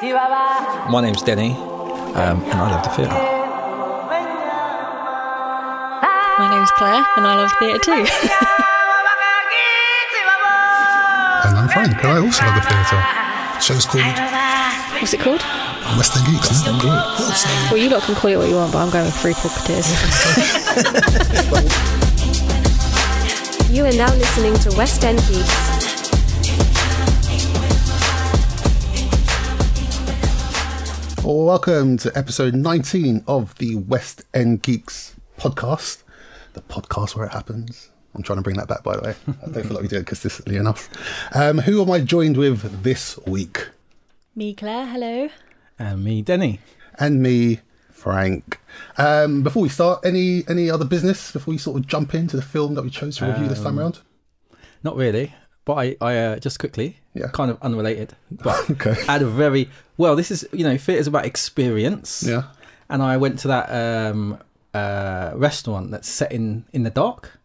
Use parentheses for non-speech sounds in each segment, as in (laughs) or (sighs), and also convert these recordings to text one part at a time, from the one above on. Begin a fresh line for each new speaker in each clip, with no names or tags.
Chihuahua.
My name's Denny, um, and I love the theatre.
My name's Claire, and I love theatre too. (laughs)
And I'm Frank, and I also love the theatre. The show's called
What's it called?
West End Geeks. West End Geeks.
Well, you lot can call it what you want, but I'm going with Three Pocketeers.
You are now listening to West End Geeks.
Welcome to episode 19 of the West End Geeks podcast, the podcast where it happens. I'm trying to bring that back, by the way. I don't feel like we do it consistently enough. Um, who am I joined with this week?
(laughs) Me, Claire. Hello.
And me, Denny.
and me, Frank. Um, before we start, any any other business before we sort of jump into the film that we chose to review this time round?
Not really, but I, I uh, just quickly,
Yeah.
kind of unrelated,
(laughs)
but
Okay.
had a very well. This is you know, theatre's about experience.
Yeah.
And I went to that um, uh, restaurant that's set in in the dark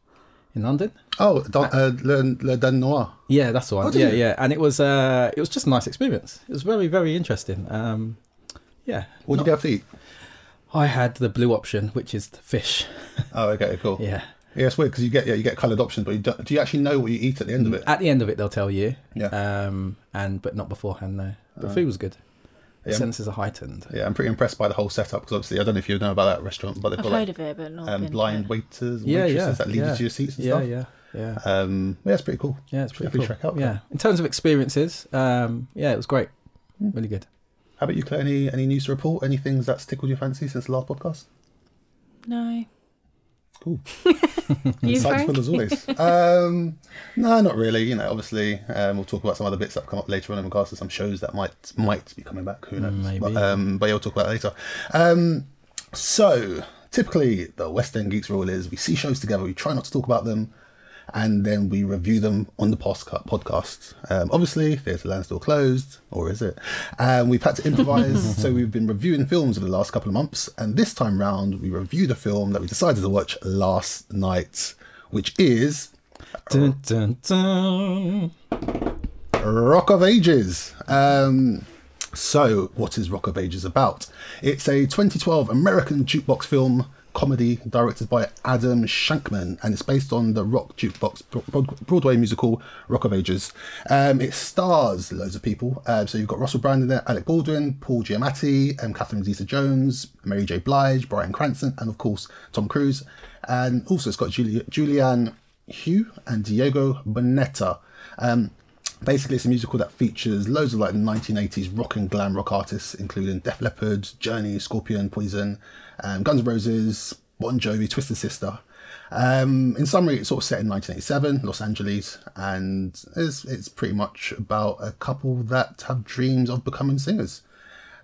in London.
Oh, Don, uh, Le, Le Dan Noir.
Yeah, that's the one.
Oh, did
yeah,
you?
yeah, and it was uh, it was just a nice experience. It was very very interesting. Um, yeah,
What did you have to eat?
I had the blue option, which is the fish.
Oh, okay, cool.
Yeah.
Yeah, it's weird because you get yeah you get coloured options, but you do, do you actually know what you eat at the end of it?
At the end of it, they'll tell you.
Yeah.
Um, and but not beforehand though. The food was good. The
Yeah.
senses are heightened.
Yeah, I'm pretty impressed by the whole setup because obviously I don't know if you know about that restaurant, but they've
I've
got
heard
like
of it, but not
um,
been
blind
to it.
waiters,
Yeah,
waitresses
yeah.
that lead you
yeah.
to your seats and
yeah,
stuff.
Yeah, yeah,
Um, yeah, it's pretty cool.
yeah. It's pretty
Definitely
cool.
check out.
yeah. In terms of experiences, um, yeah, it was great.
Hmm.
Really good.
How about you, Claire? Any any news to report? Any things that's tickled your fancy since the last podcast?
No.
Cool.
You,
Insightful
Frank?
as always. um, no, not really. You know, obviously, um, we'll talk about some other bits that come up later on in regards to some shows that might might be coming back. Who knows?
Maybe.
But, um, but yeah, we'll talk about that later. Um, so, typically, the West End Geeks rule is we see shows together, we try not to talk about them, and then we review them on the postca- podcast. Um, obviously, Theatreland's still closed, or is it? Um, we've had to improvise, so we've been reviewing films over the last couple of months, and this time round, we reviewed a film that we decided to watch last night, which is
Dun, dun, dun.
Rock of Ages. Um, so, what is Rock of Ages about? It's a 2012 American jukebox film comedy directed by Adam Shankman, and it's based on the rock jukebox Bro- Bro- Broadway musical Rock of Ages. Um, it stars loads of people. Um, so you've got Russell Brand in there, Alec Baldwin, Paul Giamatti, um, Catherine Zeta-Jones, Mary J. Blige, Brian Cranston, and of course Tom Cruise. And also it's got Juli- Julianne Hugh and Diego Boneta. Um, Basically, it's a musical that features loads of like 1980s rock and glam rock artists, including Def Leppard, Journey, Scorpion, Poison, um, Guns N' Roses, Bon Jovi, Twisted Sister. Um, in summary, it's sort of set in 1987, Los Angeles, and it's, it's pretty much about a couple that have dreams of becoming singers.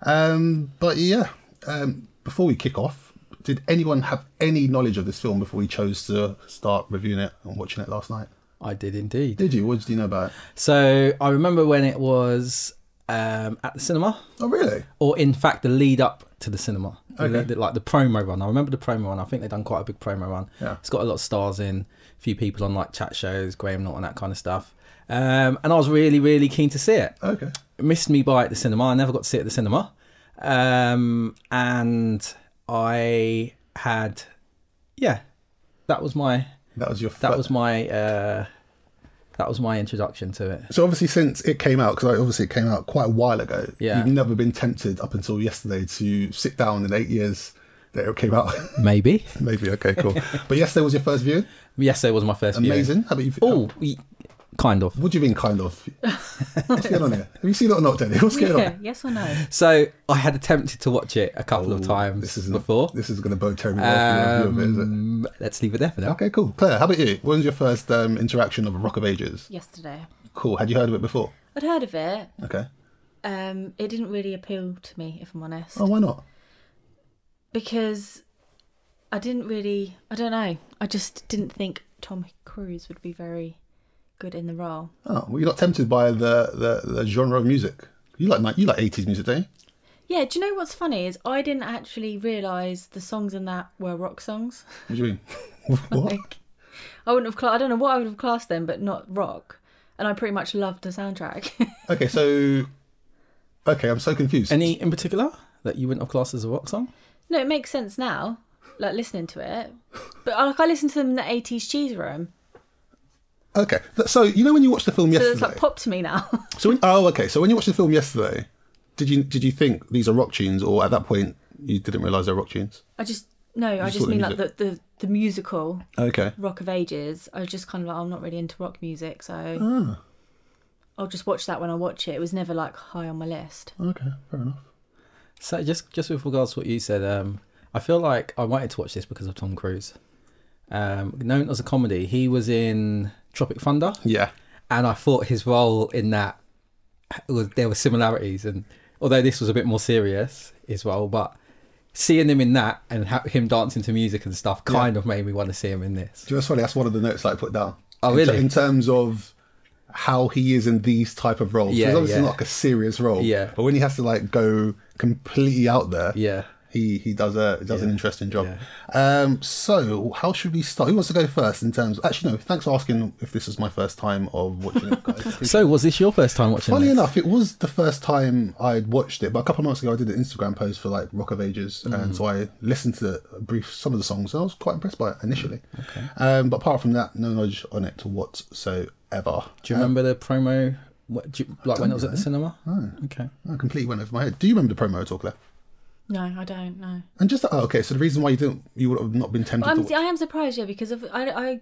Um, but yeah, um, before we kick off, did anyone have any knowledge of this film before we chose to start reviewing it and watching it last night?
I did indeed.
Did you? What did you know about it?
So I remember when it was um, at the cinema,
Oh, really?
or in fact the lead up to the cinema, The lead- like the promo run. I remember the promo run. I think they've done quite a big promo run.
Yeah.
It's got a lot of stars in, a few people on like chat shows, Graham Norton, that kind of stuff. Um, and I was really, really keen to see it.
Okay.
It missed me by at the cinema. I never got to see it at the cinema. Um, and I had, yeah, that was my
That was your.
that
fir-
was my uh, that was my introduction to it.
So obviously, since it came out, because obviously it came out quite a while ago.
Yeah.
You've never been tempted up until yesterday to sit down in eight years that it came out. (laughs)
Maybe
Maybe okay,
(laughs)
cool. but yesterday was your first view.
yesterday was my first viewing.
Amazing. How about you?
Oh, y- kind of.
What do you mean,
(laughs)
kind of? What's going on here? Have you seen it or not, Danny? (laughs) What's going
(laughs) Yeah,
on?
yes or no?
So I had attempted to watch it a couple of times
Oh, This is
before.
This is going to bode terribly well for your review of it, is it?
Um, let's leave it there for now.
Okay, cool. Claire, how about you? When was your first um, interaction of Rock of Ages?
(laughs) Yesterday.
Cool. Had you heard of it before?
I'd heard of it.
Okay.
Um, it didn't really appeal to me, if I'm honest,
Oh, why not?
because I didn't really. I don't know. I just didn't think Tom Cruise would be very good in the role.
Oh, well, you're not tempted by the, the, the genre of music. You like ni- you like 80s music, don't you?
Yeah. Do you know what's funny is I didn't actually realise the songs in that were rock songs.
What do you mean? (laughs) what?
Like, I wouldn't have. Cla- I don't know what I would have classed them, but not rock. And I pretty much loved the soundtrack.
Okay, so Okay, I'm so confused.
Any in particular that you wouldn't have classed as a rock song?
(laughs) No, it makes sense now, like listening to it. But uh, like I listened to them in the 80s cheese room.
Okay, th- so you know when you watched the film
So
yesterday.
it's like pop to me now. (laughs)
So when, oh, okay. So when you watched the film yesterday, did you did you think these are rock tunes, or at that point you didn't realise they're rock tunes?
I just, no, I
just
just
thought
mean
the
like the, the, the musical
Okay.
Rock of Ages. I was just kind of like, I'm not really into rock music, so
Ah,
I'll just watch that when I watch it. It was never like high on my list.
okay, fair enough.
So just just with regards to what you said, um, I feel like I wanted to watch this because of Tom Cruise. Um, known as a comedy, he was in Tropic Thunder,
Yeah.
and I thought his role in that was there were similarities. And although this was a bit more serious as well, but seeing him in that and ha- him dancing to music and stuff kind of made me want to see him in this.
Do you know what's funny? That's one of the notes that I put down.
Oh,
In ter-
really?
In, terms of how he is in these type of roles.
Yeah,
Yeah, obviously
yeah.
not like a serious role.
Yeah.
But when he has to like go completely out there.
Yeah.
He he does a does an interesting job. Um. So how should we start? Who wants to go first in terms? Actually, no. Thanks for asking if this was my first time of watching it.
(laughs)
Guys.
So was this your first time watching?
Funny
this?
enough, it was the first time I'd watched it, but a couple of months ago I did an Instagram post for like Rock of Ages, and so I listened to a brief some of the songs, and I was quite impressed by it initially. Um, but apart from that, no knowledge on it whatsoever.
Do you remember the promo? What, do you, like when it was at the cinema? Okay.
I completely went over my head. Do you remember the promo at all, Claire?
No, I don't know.
And just oh, okay, so the reason why you didn't, you would have not been tempted
But
to
I'm,
watch.
I am surprised, yeah, because of, I, I,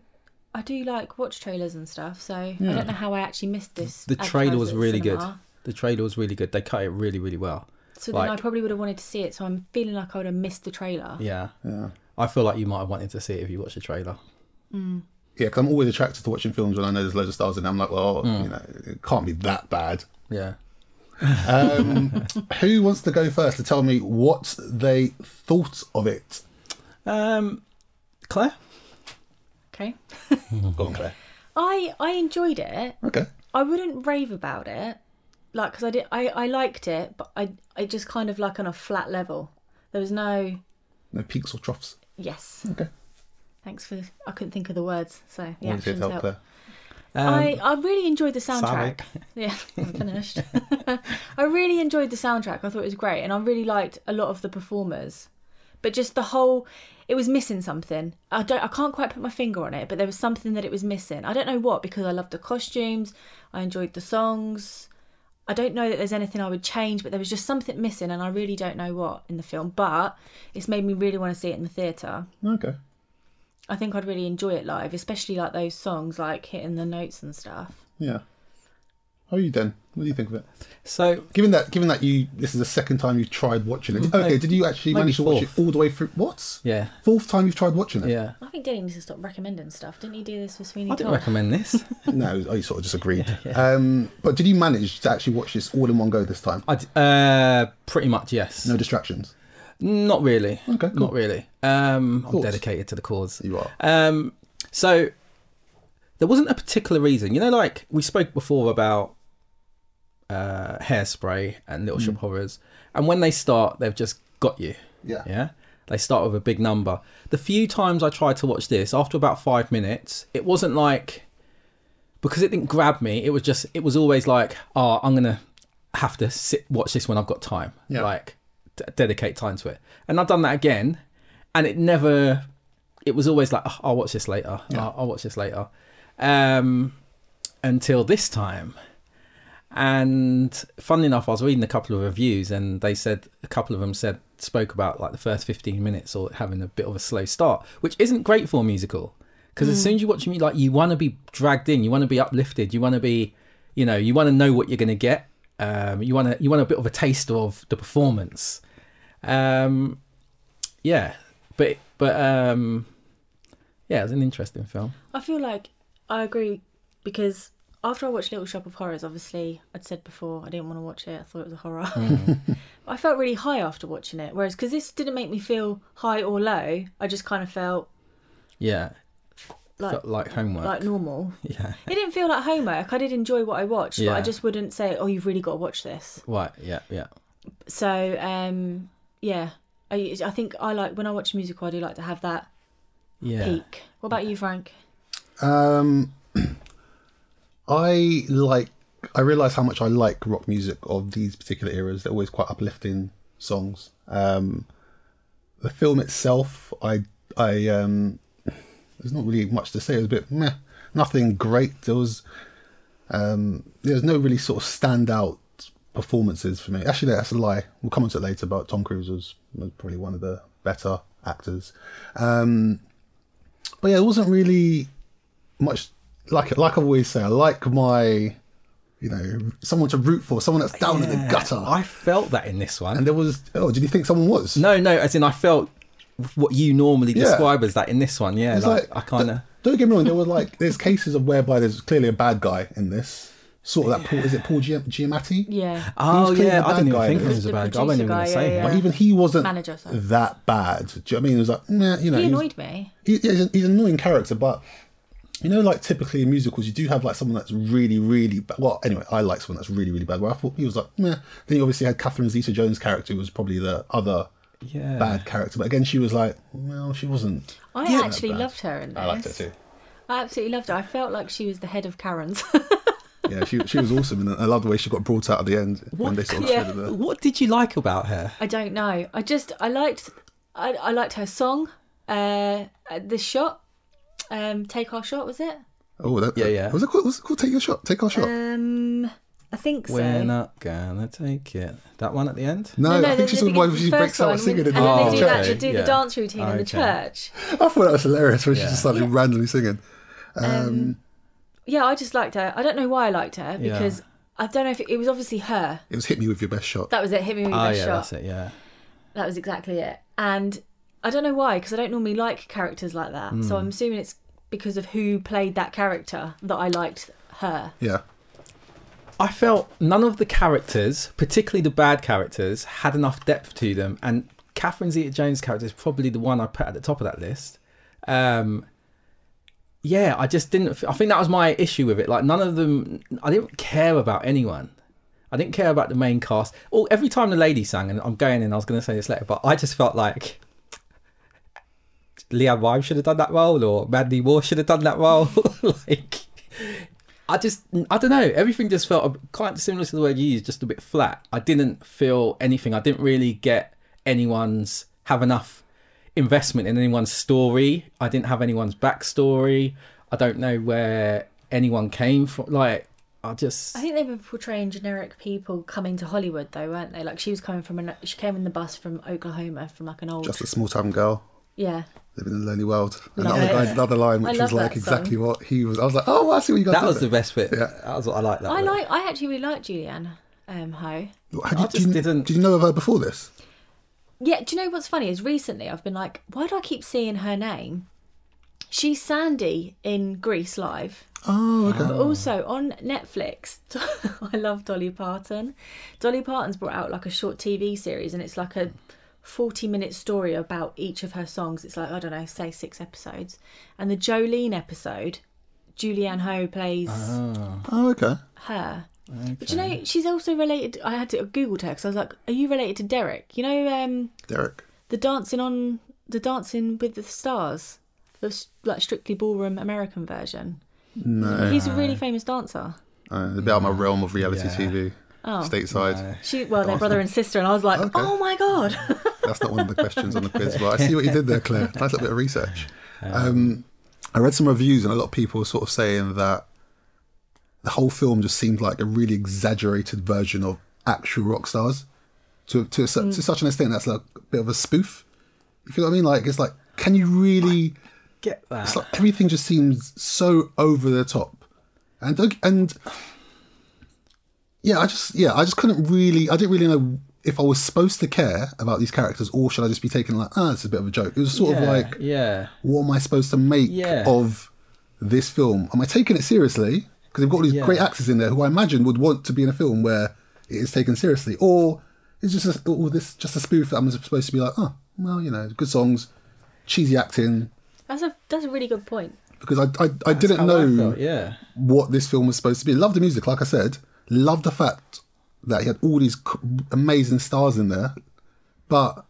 I do like watch trailers and stuff, so I don't know how I actually missed this.
The
advertised
trailer was
at the
really good.
cinema.
The trailer was really good. They cut it really, really well.
So
Like-
then I probably would have wanted to see it, so I'm feeling like I would have missed the trailer.
Yeah. I feel like you might have wanted to see it if you watched the trailer.
Yeah, because I'm always attracted to watching films when I know there's loads of stars in it. I'm like, well, you know, it can't be that bad.
Yeah.
Um, who wants to go first to tell me what they thought of it?
Um, Claire?
Okay.
Go on, Claire.
I, I enjoyed it.
Okay.
I wouldn't rave about it, like because I did. I, I liked it, but I I just kind of like on a flat level. There was no
No peaks or troughs.
yes.
Okay.
Thanks for I couldn't think of the words, so the
Always here to
actions
help
help.
Claire.
Um,
I, I really enjoyed the soundtrack. (laughs) Yeah, I'm finished. (laughs) I really enjoyed the soundtrack. I thought it was great, and I really liked a lot of the performers. But just the whole, it was missing something. I don't, I can't quite put my finger on it, but there was something that it was missing. I don't know what because I loved the costumes, I enjoyed the songs. I don't know that there's anything I would change, but there was just something missing, and I really don't know what in the film. But it's made me really want to see it in the theatre.
Okay.
I think I'd really enjoy it live, especially like those songs, like hitting the notes and stuff.
Yeah. How are you then? What do you think of it?
so,
Given that, given that you, this is the second time you've tried watching it. Okay, did you actually
maybe
manage to watch it
fourth.
all the way through? What?
yeah.
Fourth time you've tried watching it?
Yeah.
I think Denny needs to stop recommending stuff. Didn't he do this with Sweeney
I
Todd?
didn't recommend this. (laughs)
No, I sort of just agreed. Um, but did you manage to actually watch this all in one go this time?
I d- uh, pretty much, yes.
No distractions.
Not really.
Okay, cool.
Not really. Um, I'm
Thoughts?
dedicated to the cause.
You are.
Um, so there wasn't a particular reason. You know, like we spoke before about uh, hairspray and
Mm.
Little Shop Horrors, and when they start, they've just got you.
Yeah.
Yeah. They start with a big number. The few times I tried to watch this, after about five minutes, it wasn't like because it didn't grab me. It was just it was always like, oh, I'm gonna have to sit watch this when I've got time.
Yeah.
Like d- dedicate time to it. And I've done that again, and it never. It was always like, oh, I'll watch this later. Oh, I'll watch this later. Um, until this time. And funnily enough, I was reading a couple of reviews, and they said a couple of them said spoke about like the first fifteen minutes or having a bit of a slow start, which isn't great for a musical because
Mm.
as soon as you watch a mu- like you want to be dragged in, you want to be uplifted, you want to be, you know, you want to know what you're going to get. Um, you want to you want a bit of a taste of the performance. Um, yeah, but but um, yeah, it was an interesting film.
I feel like I agree because after I watched Little Shop of Horrors, obviously I'd said before I didn't want to watch it. I thought it was
(laughs)
a horror. (laughs) I felt really high after watching it, whereas because this didn't make me feel high or low. I just kind of felt
Yeah,
like
felt like homework.
like normal.
yeah,
It didn't feel like homework. I did enjoy what I watched, but
Yeah.
I just wouldn't say, "Oh, you've really got to watch this."
right. Yeah, yeah.
So um, yeah, I, I think I like when I watch a musical, I do like to have that
Yeah.
peak. What about you, Frank?
Um, (clears throat) I like I realise how much I like rock music of these particular eras. They're always quite uplifting songs. Um, the film itself, I, I, um, there's not really much to say. It was a bit meh, nothing great. There was, um, there's no really sort of standout performances for me. Actually, that's a lie. We'll come on to it later. But Tom Cruise was, was probably one of the better actors. Um, but yeah, it wasn't really much like like I always say. I like my, you know, someone to root for, someone that's down in the gutter.
Uh, I felt that in this one.
and there was oh, did you think someone was?
No, no, as in I felt what you normally
Yeah.
describe as that in this one. Yeah,
It's
like,
like,
I kind of.
don't- Don't get me wrong. There were like there's cases of whereby there's clearly a bad guy in this. Sort of that Paul is it Paul Gia- Giamatti?
Yeah.
Oh
clearly
yeah,
the
I
bad
didn't even
guy
think
in
it was
this.
a
The
bad guy. I wasn't even
producer
going to
guy,
say
yeah,
that.
But even he wasn't
Manager, sorry.
that bad. Do you know what I mean? It was like, meh, you know,
He
was-
annoyed me.
he, he's, an, he's an annoying character, but you know, like typically in musicals, you do have like someone that's really, really bad. Well, anyway, I like someone that's really, really bad. Where I thought he was like, meh. Then you obviously had Catherine Zeta Jones' character, who was probably the other
Yeah.
bad character. But again, she was like, well, she wasn't.
I
that
actually
bad.
loved her in this.
I liked her too.
I absolutely loved her. I felt like she was the head of Karen's. (laughs)
Yeah, she, she was awesome, and I love the way she got brought out at the end when they sort of
Yeah.
showed her the-
What did you like about her?
I don't know. I just I liked I, I liked her song. Uh, uh, this shot, um, take our shot was it?
Oh, that,
Yeah, yeah.
Was it called? Was it called? Take your shot. Take our shot.
Um, I think so.
We're not uh, gonna take it. That one at the end.
no, I
the-
think she's
the-
the one
the
where she
first
breaks
one,
out singing.
And
in
then
the-
Oh,
they do that.
okay,
They do
yeah.
the dance routine in the
Okay.
church.
I thought that was hilarious when she
Yeah.
just started randomly singing.
Um,
Um,
Yeah, I just liked her. I don't know why I liked her
Yeah.
because I don't know if it, it was obviously her.
It was hit me with your best shot.
That was it. Hit me with your
Oh
Ah,
best
yeah,
shot.
that's it. Yeah.
That was exactly it. And I don't know why, because I don't normally like characters like that.
Hmm.
So I'm assuming it's because of who played that character that I liked her.
yeah.
I felt none of the characters, particularly the bad characters, had enough depth to them. And Catherine Zeta Jones' character is probably the one I put at the top of that list. Um, yeah, I just didn't. I think that was my issue with it. Like, none of them, I didn't care about anyone. I didn't care about the main cast. All every time the lady sang, and I'm going in, I was going to say this later, but I just felt like Leanne Rimes should have done that role, or Mandy Moore should have done that role. (laughs) like, I just, I don't know. Everything just felt quite similar to the word you used, just a bit flat. I didn't feel anything. I didn't really get anyone's, have enough investment in anyone's story. I didn't have anyone's backstory. I don't know where anyone came from. Like, I just,
I think they were portraying generic people coming to Hollywood, though, weren't they? Like she was coming from an she came in the bus from Oklahoma from like an old
Just a small town girl
yeah.
living in a lonely world. And
Love
the other guy
it.
did another line,
I
which
love
was like
that
exactly what he was. I was like, oh, I see what you guys
that
did
was the
there.
best bit.
Yeah.
That was what I liked. That
I
bit.
like I actually really liked Julianne um, Ho.
Had you,
I
did
just
you-
didn't-
Did you know of her before this?
Yeah, do you know what's funny is recently I've been like, why do I keep seeing her name? She's Sandy in Grease Live.
Oh, okay.
But also on Netflix, (laughs) I love Dolly Parton. Dolly Parton's brought out like a short TV series, and it's like a 40 minute story about each of her songs. It's like, I don't know, say six episodes. And the Jolene episode, Julianne Ho plays
Oh, okay.
her. But you know, she's also related. I had to I Googled her because I was like, Are you related to Derek? You know, um,
Derek.
the dancing on the dancing with the stars, the s- like strictly ballroom American version.
No.
He's a really famous dancer.
Uh, a bit out of my realm of reality
Yeah.
TV.
Oh.
Stateside.
She well, they're brother and sister, and I was like,
Okay.
oh my god. (laughs)
That's not one of the questions on the quiz, but I see what you did there, Claire. Nice little bit of research. Um, I read some reviews, and a lot of people were sort of saying that the whole film just seemed like a really exaggerated version of actual rock stars to to, a cer- to such an extent that's like a bit of a spoof. You feel what I mean? Like it's like, can you really?
get that.
It's like everything just seems so over the top, and don't- and yeah, I just yeah, I just couldn't really. I didn't really know if I was supposed to care about these characters, or should I just be taking like, ah, it's a bit of a joke. It was sort of
Yeah,
like,
yeah.
what am I supposed to make
Yeah.
of this film? Am I taking it seriously? Because they've got all these
Yeah.
great actors in there who I imagine would want to be in a film where it is taken seriously, or it's just a, or this just a spoof that I'm supposed to be like, oh, well, you know, good songs, cheesy acting.
That's a that's a really good point.
Because I I, I didn't
How
know
I felt, yeah.
what this film was supposed to be. Love the music, like I said. Love the fact that he had all these c- amazing stars in there, but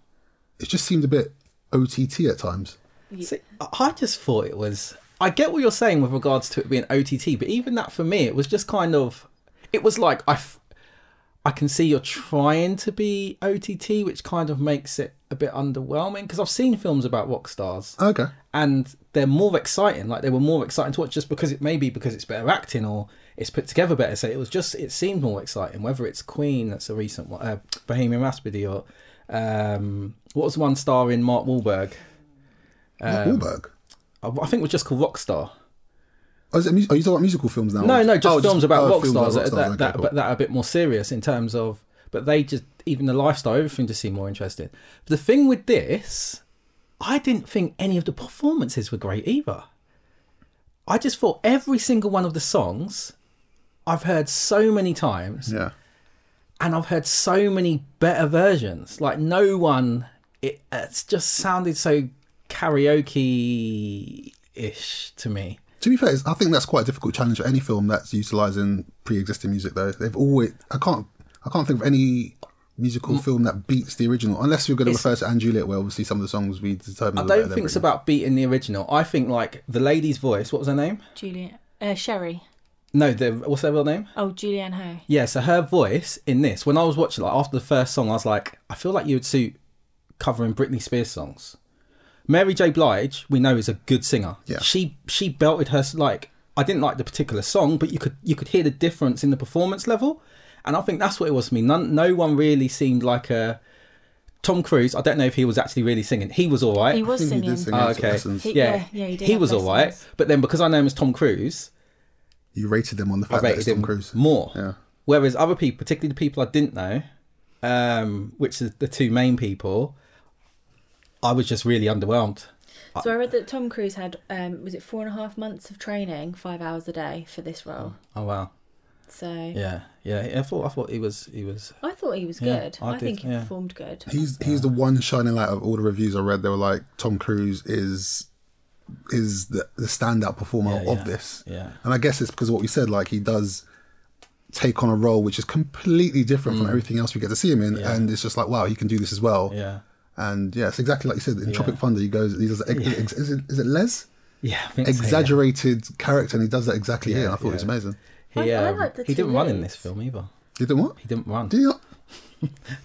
it just seemed a bit OTT at times.
See, I- I just thought it was. I get what you're saying with regards to it being OTT, but even that for me, it was just kind of. it was like I, f- I can see you're trying to be OTT, which kind of makes it a bit underwhelming because I've seen films about rock stars
Okay.
and they're more exciting. Like they were more exciting to watch just because it maybe because it's better acting or it's put together better. So it was just it seemed more exciting. Whether it's Queen, that's a recent one, uh, Bohemian Rhapsody, or um, what was the one starring Mark Wahlberg?
Mark
Um,
Wahlberg.
I I think it was just called Rockstar.
Oh, is it, mu- are you talking about musical films now?
No, no, just
Oh,
films about
oh,
rock
films about
stars that, that,
rock stars, okay,
that,
cool.
but that are a bit more serious in terms of. But they just even the lifestyle, everything just seemed more interesting. The thing with this, I didn't think any of the performances were great either. I just thought every single one of the songs I've heard so many times,
Yeah.
and I've heard so many better versions. Like no one, it it's just sounded so karaoke ish to me.
To be fair, it's- I think that's quite a difficult challenge for any film that's utilizing pre-existing music. Though they've always, I can't, I can't think of any musical film that beats the original, unless you're going to
Mm. It's-
refer to Anne Juliet, where obviously some of the songs we determined.
I
were
don't
better
think it's
than
about beating the original. I think like the lady's voice. What was her name?
Julian, uh, Sherry.
No, the what's her real name?
Oh, Julianne Ho.
Yeah, so her voice in this. When I was watching, like after the first song, I was like, I feel like you would suit covering Britney Spears songs. Mary J. Blige, we know is a good singer.
Yeah.
She she belted her like I didn't like the particular song, but you could you could hear the difference in the performance level, and I think that's what it was for me. None, no one really seemed like a Tom Cruise. I don't know if he was actually really singing. He was all right.
He
I
was
think he
singing.
did sing
Oh,
Ace of
okay.
Lessons.
He-
yeah,
yeah, yeah, he did have
was all right,
lessons.
but then because I know him as Tom Cruise,
You rated them on the
I
fact that
rated
it's Tom
him
Cruise.
more.
Yeah.
Whereas other people, particularly the people I didn't know, um, which is the two main people, I was just really underwhelmed.
So I read that Tom Cruise had um, was it four and a half months of training, five hours a day for this role.
Oh wow,
So
yeah, yeah. I thought I thought he was he was
I thought he was
Yeah,
good.
I
I,
did,
think he
yeah.
performed good.
He's he's the one shining light of all the reviews I read. They were like, Tom Cruise is is the, the standout performer
Yeah,
of
yeah,
this.
yeah.
And I guess it's because of what we said, like he does take on a role which is completely different from everything else we get to see him in,
Mm. Yeah.
and it's just like, wow, he can do this as well.
yeah
And yeah, it's exactly like you said in Tropic Thunder. He goes, he does ex- ex- is, it, is it Les
yeah. I think so, yeah.
exaggerated character, and he does that exactly here. I thought it was
yeah.
amazing.
He,
I- I
um,
like the
he
two
didn't run in
leads.
this film either.
He did what?
He didn't run.
Did he not?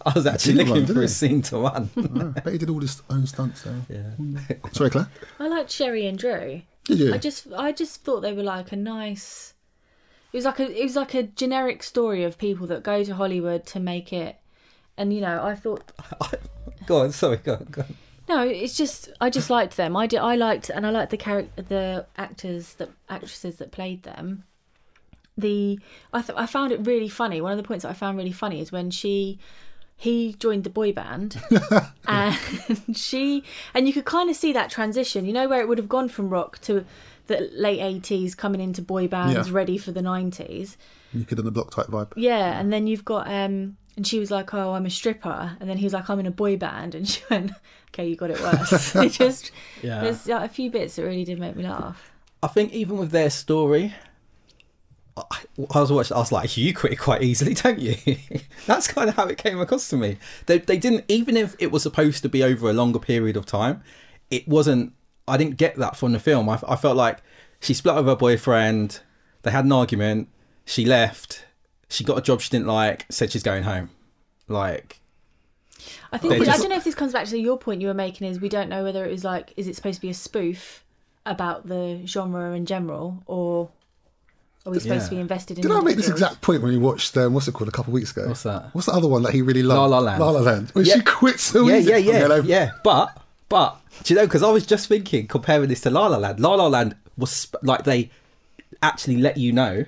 I was actually
didn't
looking
run, did
for
he?
a scene to run. (laughs)
Oh, I bet he did all his own stunts. Though.
yeah.
Sorry, Claire.
I liked Sherry and Drew.
Did you?
I just I just thought they were like a nice. It was like a it was like a generic story of people that go to Hollywood to make it, and you know I thought
Go on. Sorry. Go on. Go on.
no, it's just I just liked them. I did I liked and I liked the character the actors that actresses that played them. The I th- I found it really funny. One of the points that I found really funny is when she he joined the boy band and (laughs) she and you could kind of see that transition you know where it would have gone from rock to the late 80s coming into boy bands
Yeah.
ready for the 90s
You could on the block type vibe.
yeah and then you've got um and she was like oh i'm a stripper and then he was like i'm in a boy band and (laughs) she went okay you got
(laughs)
it worse it just
Yeah.
there's like, a few bits that really did make me laugh
I think even with their story, I, I was watching. I was like, "You quit quite easily, don't you?" (laughs) That's kind of how it came across to me. They they didn't even if it was supposed to be over a longer period of time, it wasn't. I didn't get that from the film. I, I felt like she split up with her boyfriend. They had an argument. She left. She got a job she didn't like. Said she's going home. Like,
i think
They
i
just-
don't know if this comes back to your point you were making is we don't know whether it was like is it supposed to be a spoof about the genre in general or are we supposed to be
Yeah.
invested in
Did I make this
individuals?
exact point when we watched um, what's it called a couple of weeks ago?
What's that?
What's the other one that he really loved?
La La Land.
La La Land. When
Yeah.
she quits her
yeah,
music
yeah, yeah,
career, like,
yeah. But but do you know? Because I was just thinking, comparing this to La La Land. La La Land was sp- like they actually let you know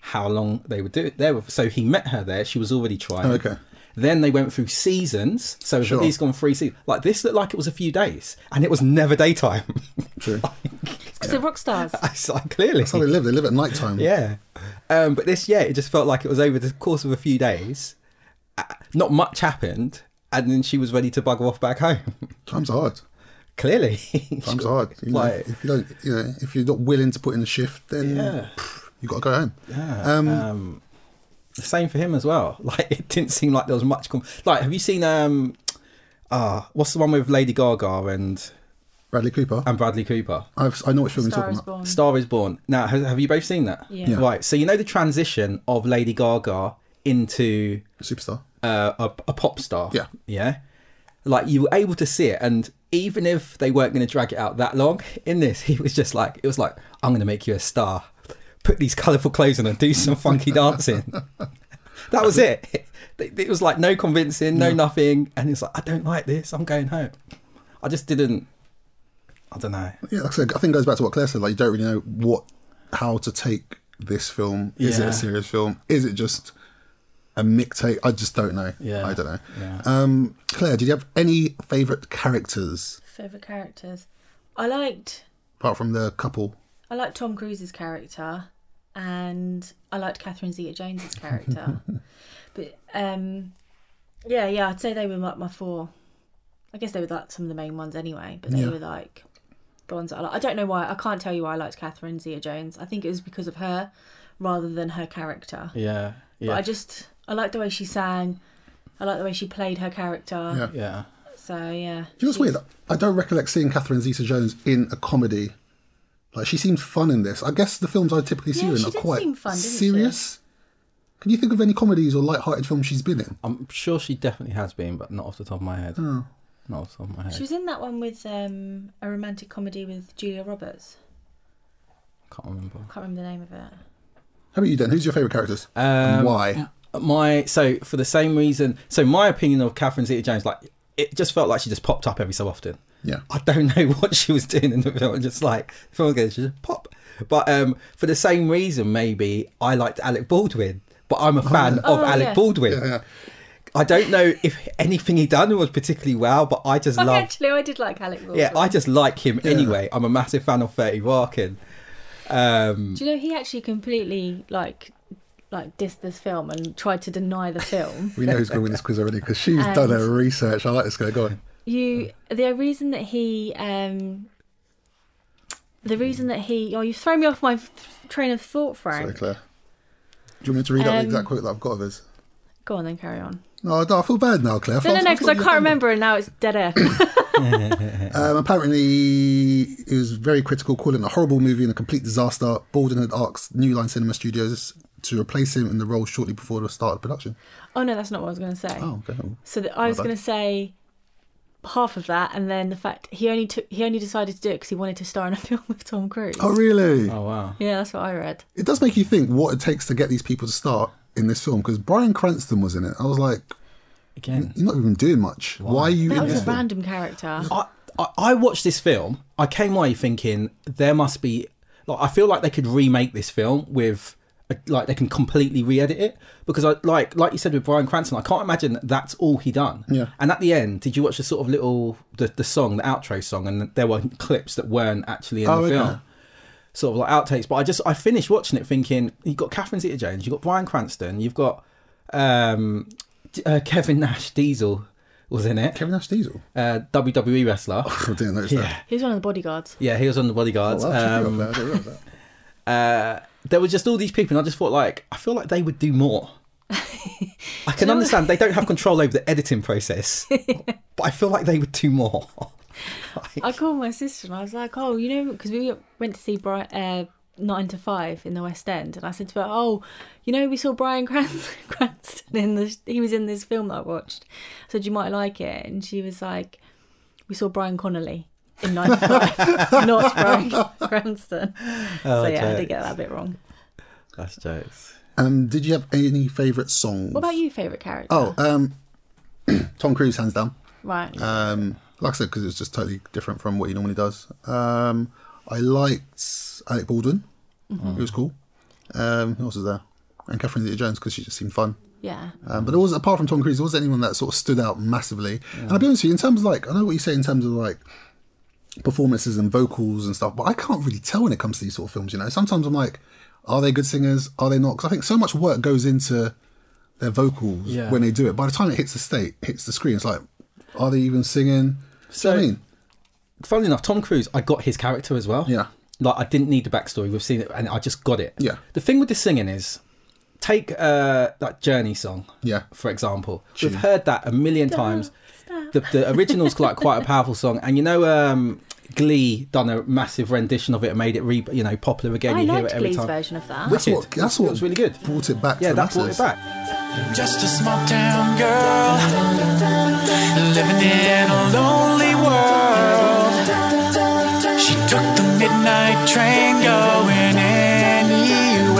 how long they would do it there. with. So he met her there. She was already trying.
Oh, okay.
Then they went through seasons. So
Sure.
at least gone three seasons. Like this looked like it was a few days, and it was never daytime. (laughs)
True.
Because they're rock stars.
it's like clearly.
That's how they live. They live at night time.
Yeah. Um, but this, yeah, it just felt like it was over the course of a few days. Uh, not much happened. And then she was ready to bugger off back home. (laughs)
Times are hard.
Clearly. (laughs)
Times are hard. You know,
Like-
if you don't, you know, if you're not willing to put in a shift, then
Yeah.
pff, you got to go home.
Yeah,
Um,
um, same for him as well. (laughs) Like it didn't seem like there was much. Com- like, have you seen um, ah, what's the one with Lady Gaga and
Bradley Cooper.
and Bradley Cooper.
I've, I know which film you're
Star
talking
is
about.
Born.
Star is Born. Now, have, have you both seen that?
Oh, Yeah. Yeah.
Right. So you know the transition of Lady Gaga into
Superstar.
uh, a, a pop star.
Yeah.
Yeah. Like you were able to see it, and even if they weren't going to drag it out that long, in this (laughs) he was just like, it was like, I'm going to make you a star. Put these colourful clothes on and do some funky dancing. (laughs) that was it. (laughs) It it was like no convincing,
Mm.
no nothing, and it's like I don't like this. I'm going home. I just didn't. I don't
(laughs)
know.
Yeah, like I said, I think it goes back to what Claire said. Like, you don't really know what, how to take this film. Is it
Yeah.
a serious film? Is it just a mixtape? I just don't know.
Yeah.
I don't know.
Yeah.
Um, Claire, did you have any favourite characters
Favorite characters. I liked
apart from the couple?
I liked Tom Cruise's character, and I liked Catherine Zeta-Jones's
(laughs)
character. but um, yeah, yeah, I'd say they were like my four. I guess they were like some of the main ones anyway. But they
Yeah.
were like the ones that I, like. I don't know why. I can't tell you why I liked Catherine Zeta-Jones. I think it was because of her rather than her character.
Yeah. Yeah.
But I just I liked the way she sang. I liked the way she played her character.
Yeah.
yeah.
So yeah.
You know what's
she's-
weird? I don't recollect seeing Catherine Zeta-Jones in a comedy. Like she seemed fun in this. I guess the films I typically see
Yeah,
her in
she
are
did
quite
seem fun, didn't she?
serious. Can you think of any comedies or light-hearted films she's been in?
I'm sure she definitely has been, but not off the top of my head.
Hmm.
Not off the top of my head.
She was in that one with um, a romantic comedy with Julia Roberts.
Can't remember.
I can't remember the name of it.
How about you, then? Who's your favourite characters?
Um,
and why?
My so for the same reason. So my opinion of Catherine Zeta-Jones, like it just felt like she just popped up every so often.
Yeah.
I don't know (laughs) what she was doing in the film. Just like the film goes, she just pop. But um, for the same reason, maybe I liked Alec Baldwin, but I'm a fan of
Oh,
Alec
yeah.
Baldwin.
yeah.
I don't know if anything he done was particularly well, but I just
Oh,
love.
actually, I did like Alec Baldwin.
Yeah, I just like him anyway. I'm a massive fan of Thirty Rock, um,
Do you know he actually completely like like dissed this film and tried to deny the film?
(laughs) We know who's going to win this quiz already because she's
And-
done her research. I like this guy. Go on.
you the reason that he um the reason that he oh you've thrown me off my f- train of thought, Frank.
Sorry, Claire. Do you want me to read out
Um,
the exact quote that I've got of his?
Go on then, carry on.
No, I, don't- I feel bad now, Claire.
No, no,
felt-
no,
felt
because I
you
can't
offended.
remember, and now it's dead
(coughs)
air. (coughs)
Um, apparently, it was very critical, calling it a horrible movie and a complete disaster. Baldwin had asked New Line Cinema Studios to replace him in the role shortly before the start of production.
oh no, that's not what I was going to say.
Oh, okay. Oh.
So that I was
bad.
going to say half of that, and then the fact he only took he only decided to do it because he wanted to star in a (laughs) film with Tom Cruise.
Oh, really?
oh wow.
Yeah, that's what I read.
It does make you think what it takes to get these people to start in this film because Brian Cranston was in it. I was like,
Again,
you're not even doing much. Why are you
That
in
was
this
a
film?
random character.
I, I I watched this film. I came away thinking there must be like I feel like they could remake this film with like they can completely re-edit it because I like like you said with Brian Cranston. I can't imagine that that's all he done.
Yeah.
And at the end, did you watch the sort of little the the song, the outro song, and there were clips that weren't actually in
Oh,
the
okay.
film. Sort of like outtakes, but I just I finished watching it thinking you've got Catherine Zeta-Jones, you've got Brian Cranston, you've got um, D- uh, Kevin Nash Diesel was in it,
Kevin Nash (laughs) Diesel.
uh, WWE
(laughs)
wrestler.
I didn't notice that.
Yeah,
He was one of the bodyguards.
yeah, he was on the bodyguards.
Well, I'll
um,
check it out, man. I didn't realise that.
uh, there were just all these people, and I just thought, like, I feel like they would do (laughs) more. I can understand they don't have control over the editing (laughs) process, but I feel like they would do more.
I called my sister and I was like, "Oh, you know, because we went to see Brian uh, Nine to Five in the West End," and I said to her, "Oh, you know, we saw Brian Cranston, (laughs) Cranston in the he was in this film that I watched." I said, "You might like it," and she was like, "We saw Brian Connolly in Nine to Five, (laughs) not Brian
(laughs)
Cranston."
Oh,
so yeah, I did get that bit wrong.
That's jokes.
Um, did you have any favourite songs?
What about you, favorite character?
Oh, um, (clears throat) Tom Cruise, hands down.
right.
Uh,
Um, like I said, because it's just totally different from what he normally does. Um, I liked Alec Baldwin.
Mm-hmm.
It was cool. Um, who else was there? And Catherine Zeta-Jones because she just seemed fun.
yeah.
Um, but it was apart from Tom Cruise, there wasn't anyone that sort of stood out massively. And I'll be honest with you, in terms of like, I know what you say in terms of like performances and vocals and stuff, but I can't really tell when it comes to these sort of films. You know, sometimes I'm like, are they good singers? Are they not? Because I think so much work goes into their vocals
Yeah.
when they do it. By the time it hits the state, hits the screen, it's like, are they even singing? So
So-
I mean,
Funnily enough, Tom Cruise, I got his character as well.
Yeah.
Like I didn't need the backstory. We've seen it, and I just got it.
Yeah.
The thing with the singing is, take uh, that Journey song.
Yeah.
For example, we've heard that a million times. The, the original's like quite a powerful song, and you know, um, Glee done a massive rendition of it and made it re- you know popular again.
I
you hear it
liked
every
Glee's
time.
version of that.
That's
Wicked.
what, that's what
It was really good.
brought it back
Yeah,
to
that brought
masses.
it back.
Just a small town girl living in a lonely world. She took the midnight train going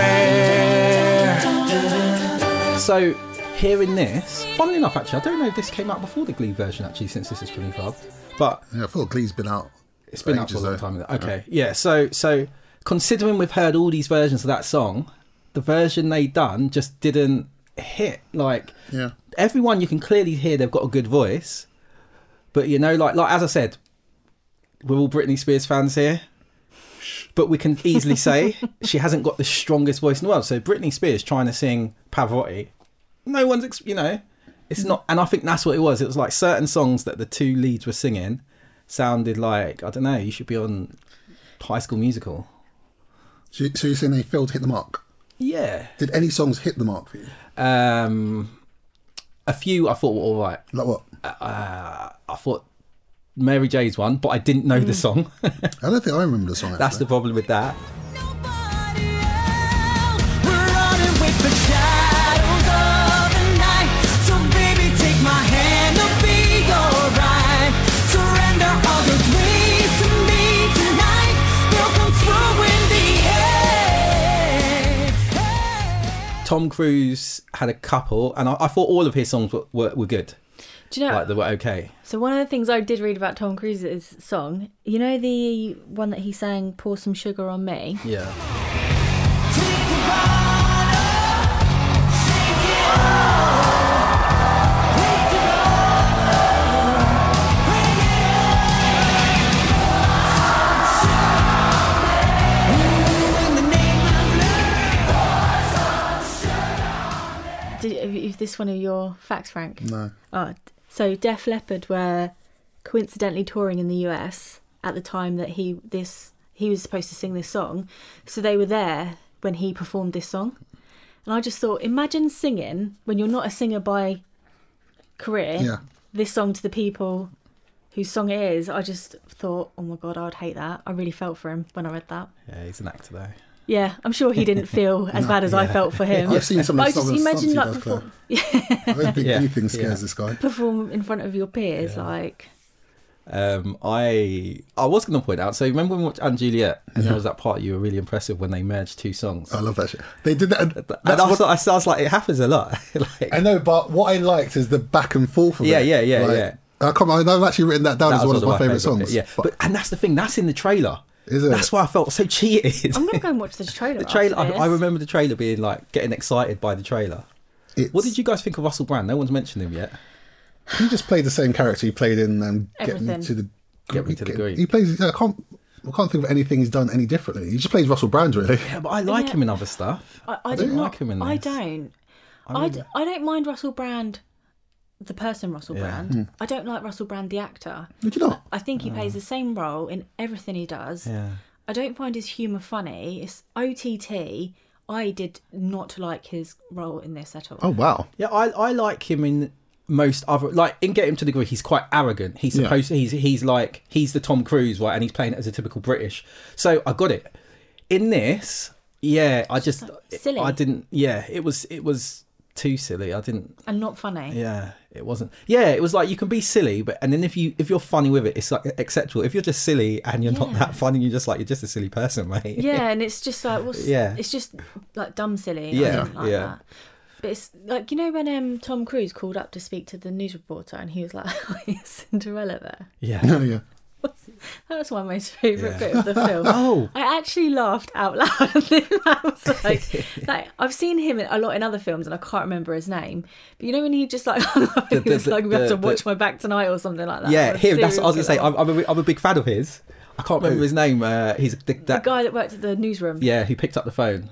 anywhere.
So hearing this, funnily enough, actually, I don't know if this came out before the Glee version. Actually, since this is pretty club, but
Yeah, I thought Glee's been out.
it's been out for a
ages,
long
though.
time. Okay, yeah. So so considering we've heard all these versions of that song, the version they done just didn't hit. Like
Yeah.
everyone, you can clearly hear they've got a good voice, but you know, like like as I said, we're all Britney Spears fans here. But we can easily say she hasn't got the strongest voice in the world. So Britney Spears trying to sing Pavarotti, no one's ex- you know, it's not. And I think that's what it was. It was like certain songs that the two leads were singing sounded like I don't know. You should be on High School Musical.
So, you- so you're saying they failed to hit the mark?
Yeah.
Did any songs hit the mark for you?
Um, a few I thought were all right.
Like what?
I thought Mary J's one, but I didn't know the song.
I don't think I remember the song. Actually.
Hmm. (laughs) That's the problem with that.
We're running with the shadows of the night. So baby, take my hand, it'll be alright. Surrender all your dreams to me tonight. We'll come through in the end.
Tom Cruise had a couple, and I, I thought all of his songs were, were, were good.
Do you know?
Like they were okay.
so one of the things I did read about Tom Cruise's song, you know the one that he sang, "Pour Some Sugar on Me."
Yeah.
Did is this one of your facts, Frank?
No.
Oh, so Def Leppard were coincidentally touring in the US at the time that he this he was supposed to sing this song. So they were there when he performed this song. And I just thought, imagine singing when you're not a singer by career
Yeah.
this song to the people whose song it is. I just thought, oh my god, I would hate that. I really felt for him when I read that.
Yeah, he's an actor though.
Yeah, I'm sure he didn't
(laughs)
feel as bad as I felt for him.
I've seen some
But
of
I
the
just
songs.
imagine like
does, Claire.
perform,
Those
(laughs)
big
Yeah.
Glee thing scares
Yeah.
this guy.
perform in front of your peers, like
Um, I I was going to point out. So remember when we watched Anne Juliet, and there was that part you were really impressive when they merged two songs.
I love that shit. They did that. and
and
that's
I was,
what-
I was like, it happens a lot. (laughs) like,
I know, but what I liked is the back and forth of
Yeah,
it.
yeah, yeah,
Like,
yeah.
I can't, I've actually written that down
that
as
was
one of my,
favourite
favourite songs.
bits, Yeah, but, and that's the thing. That's in the trailer.
Is it?
That's why I felt so cheated.
I'm gonna go and watch the
(laughs)
trailer.
the trailer. I,
after
I
this.
remember the trailer being like getting excited by the trailer.
it's-
What did you guys think of Russell Brand? No one's mentioned him yet.
He just played the same character he played in um, Get Me
Everything.
to the
Get Me to the Green.
He plays. I can't. I can't think of anything he's done any differently. He just plays Russell Brand really.
Yeah, but I like
Yeah.
him in other stuff.
I, I
do
do
you
not
like him in
I
this?
don't. I, d- I don't mind Russell Brand, the person Russell
Yeah.
Brand. I don't like Russell Brand, the actor.
Did you not?
I think he plays the same role in everything he does.
Yeah.
I don't find his humour funny. It's OTT. I did not like his role in this at all.
Oh wow.
Yeah, I, I like him in most other like in Get Him to the Groove. He's quite arrogant. He's
Yeah.
supposed to, he's he's like he's the Tom Cruise right, and he's playing it as a typical British. So I got it. In this, yeah, I just
silly.
I didn't. Yeah, it was it was too silly. I didn't.
And not funny.
Yeah, it wasn't. Yeah, it was like you can be silly, but and then if you if you're funny with it, it's like acceptable. If you're just silly and you're not
Yeah.
that funny, you're just like you're just a silly person, mate.
Yeah, and it's just like, what's,
Yeah.
it's just like dumb silly.
Yeah,
I didn't like
yeah.
that. But it's like, you know, when um, Tom Cruise called up to speak to the news reporter and he was like, (laughs) "Oh, Cinderella there.
(laughs) (laughs) yeah.
yeah.
That was my most favourite
Yeah. (laughs)
bit of the film.
Oh.
I actually laughed out loud. (laughs) I
(laughs)
was like, like, I've seen him in, a lot in other films, and I can't remember his name. But you know when he just like, (laughs) hung up and
The-
he was
the-
like, we have
the-
to watch
the-
my back tonight or something like that.
Yeah,
Or a
him. That's what I was gonna say.
serial
I'm, I'm, a, I'm a big fan of his. I can't remember his name. Uh, he's the,
killer.
that
the guy that worked at the newsroom.
Yeah, who picked up the phone.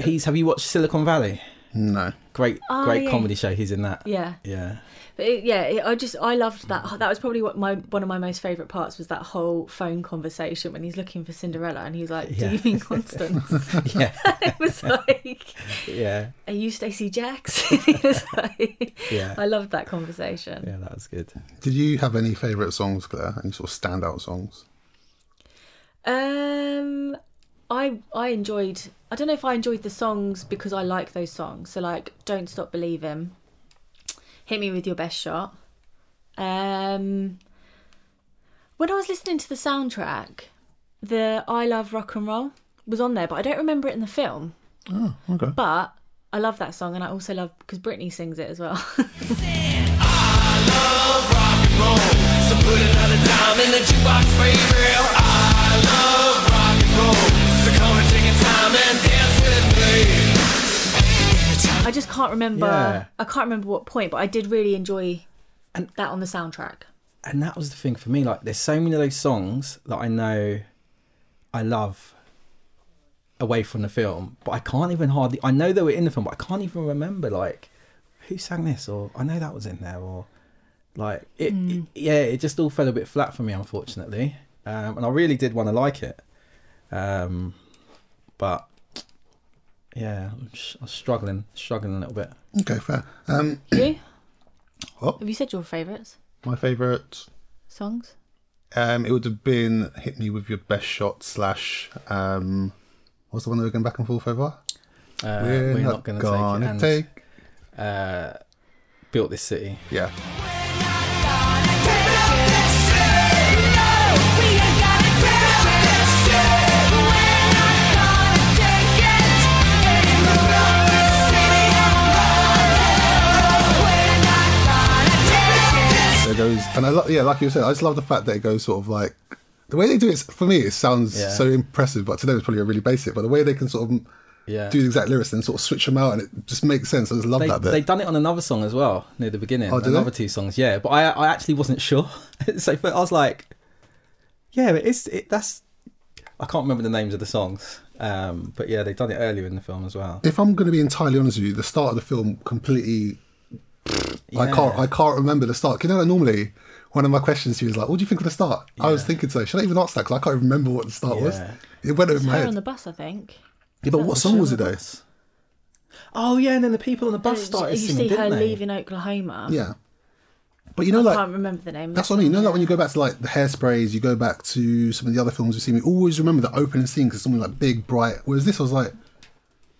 He's. Have you watched Silicon Valley?
No.
Great,
Oh,
great
yeah.
comedy show. He's in that.
Yeah.
Yeah.
But it, yeah, it, I just I loved that. That was probably what my one of my most favourite parts was that whole phone conversation when he's looking for Cinderella and he's like, "Do
Yeah.
you
(laughs)
mean Constance?" (laughs)
Yeah.
it was like, (laughs)
Yeah.
"Are you Stacey Jacks?" (laughs) It was like-
Yeah.
I loved that conversation.
Yeah, that was good.
Did you have any favourite songs, Claire? Any sort of standout songs?
Um, I I enjoyed. I don't know if I enjoyed the songs because I like those songs. So like, don't stop believing. Hit me with your best shot. Um, when I was listening to the soundtrack, the I love rock and roll was on there, but I don't remember it in the film. Oh, okay. But I love that song, and I also love because Britney sings it as well. (laughs) I just can't remember.
Yeah.
I can't remember what point, but I did really enjoy
And-
that on the soundtrack.
and that was the thing for me. Like, there's so many of those songs that I know I love away from the film, but I can't even hardly. I know they were in the film, but I can't even remember like who sang this, or I know that was in there, or like it. it- yeah, it just all fell a bit flat for me, unfortunately. Um, and I really did want to like it, um, but yeah, I'm, sh- I'm struggling, struggling a little bit.
Okay, fair. Um,
you?
What?
Have you said your favourites
my favourite,
songs?
um, it would have been "Hit Me with Your Best Shot" slash. Um, what's the one that we're going back and forth over?
Uh, we're, not, going to take it. And,
take-
uh, built this city.
Yeah. There goes, and I love, yeah, like you said, I just love the fact that it goes sort of like the way they do it. For me, it sounds
Yeah.
so impressive, but to them it's probably really basic. But the way they can sort of
Yeah.
do the exact lyrics and sort of switch them out, and it just makes sense. I just love
They
that bit.
they done it on another song as well near the beginning.
Oh, did they?
another two songs, yeah. But I I actually wasn't (laughs) sure, so but I was like, yeah, it is. It, that's I can't remember the names of the songs, um, but yeah, they done it earlier in the film as well.
if I'm going to be entirely honest with you, the start of the film completely. I
Yeah.
can't. I can't remember the start. You know, normally one of my questions to you is like, "What do you think of the start?" I was thinking today, should I even ask that? Because I can't even remember what the start was.
Yeah.
It went over
It's
my
her
head.
on the bus, I think.
yeah, but what song was it though?
Oh yeah, and then the people on the bus
you
started singing,
see
didn't
her
they?
leaving Oklahoma.
Yeah, but you know,
I
like
can't remember the name. of
That's
that
what I mean. You know,
song.
like when you go back to like the hairsprays, you go back to some of the other films we've seen. We always remember the opening scene because something like big, bright. Whereas this, I was like,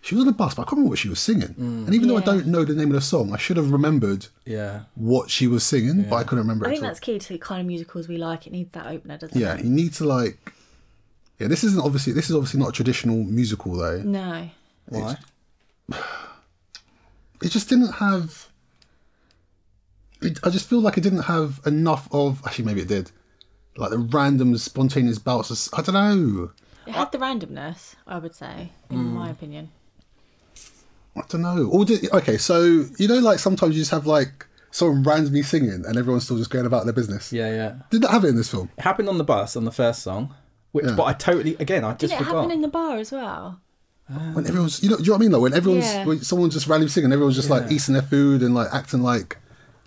she was on a bus, but I can't remember what she was singing. And even though I
Yeah.
don't know the name of the song, I should have remembered
Yeah,
what she was singing, but I couldn't remember.
I
it
think
at all.
that's key to the kind of musicals we like. It needs that opener, doesn't
yeah.
it?
You need to like, yeah. This isn't obviously. This is obviously not a traditional musical though.
No.
why?
It just didn't have. It, I just feel like it didn't have enough of. Actually, maybe it did. Like the random, spontaneous bouts. of- I don't know.
It had the randomness, I would say, in
Hmm.
my opinion.
I don't know. Or did, okay, so you know, like sometimes you just have like someone randomly singing and everyone's still just going about their business.
Yeah, yeah.
Did that have it in this film?
It happened on the bus on the first song, which but I totally again I
Did
just
it happen
forgot.
in the bar as well?
When everyone's, you know, do you know what I mean? Like when everyone's,
Yeah.
when someone's just randomly singing, everyone's just like eating their food and like acting like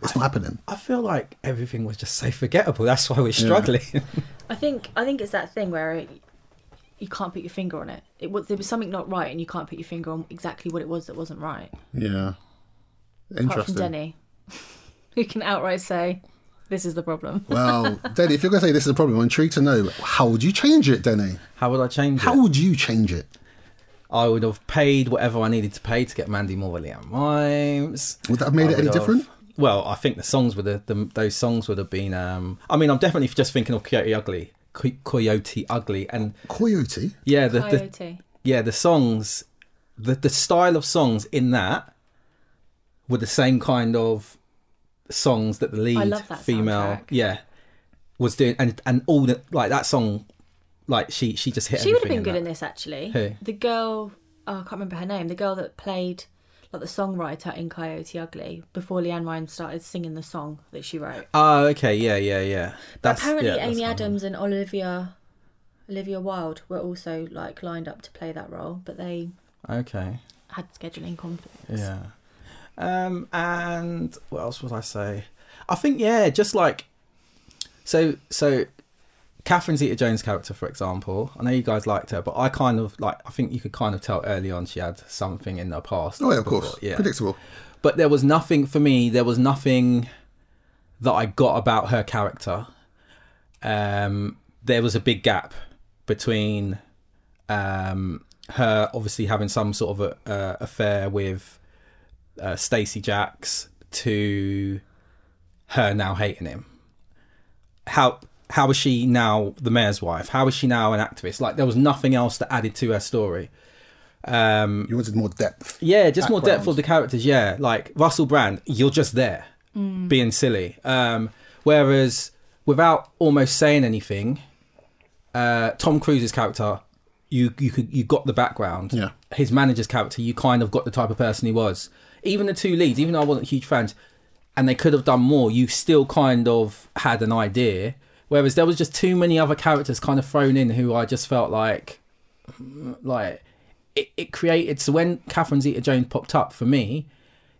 it's not happening.
I feel like everything was just so forgettable. That's why we're struggling. (laughs)
I think I think it's that thing where it, you can't put your finger on it. It was there was something not right, and you can't put your finger on exactly what it was that wasn't right.
Yeah.
Apart from
Interesting.
Denny, (laughs) who can outright say, "This is the problem."
Well, Denny, if you're going to say this is a problem, I'm intrigued to know how would you change it, Denny?
How would I change it?
How would you change it?
I would have paid whatever I needed to pay to get Mandy Moore with Leanne Rhymes.
Would that have made
I
it any
would have-
different?
Well, I think the songs would have, the, those songs would have been. Um, I mean, I'm definitely just thinking of Coyote Ugly, Co- Coyote Ugly, and
Coyote.
yeah, the, the
Coyote.
yeah the songs, the the style of songs in that were the same kind of songs that the lead
love that
female,
soundtrack.
yeah, was doing, and and all the like that song, like she she just hit.
She would have
everything
been good in
that.
this actually.
Who?
The girl, oh, I can't remember her name. The girl that played like the songwriter in Coyote Ugly before Leanne Rhymes started singing the song that she wrote.
Oh, okay, yeah, yeah, yeah. That's
Apparently,
yeah, that's
Amy
the one.
Adams and Olivia Olivia Wilde were also like lined up to play that role, but they
Okay.
had scheduling conflicts.
Yeah. Um, and what else would I say? I think yeah, just like so so. Catherine Zeta-Jones' character, for example, I know you guys liked her, but I kind of like. I think you could kind of tell early on she had something in her past.
Oh, yeah, of course.
before- Yeah,
Predictable.
but there was nothing for me. There was nothing that I got about her character. Um, there was a big gap between um, her obviously having some sort of a, uh, affair with uh, Stacy Jacks to her now hating him. How how is she now the mayor's wife? How is she now an activist? Like there was nothing else that added to her story. Um,
You wanted more depth.
yeah, just more depth
background.
of the characters. Yeah, like Russell Brand, you're just there being silly. Um, whereas without almost saying anything, uh, Tom Cruise's character, you you could you got the background.
Yeah.
His manager's character, you kind of got the type of person he was. Even the two leads, even though I wasn't huge fans, and they could have done more, you still kind of had an idea. Whereas there was just too many other characters kind of thrown in who I just felt like like it, it created so when Catherine Zeta Jones popped up for me,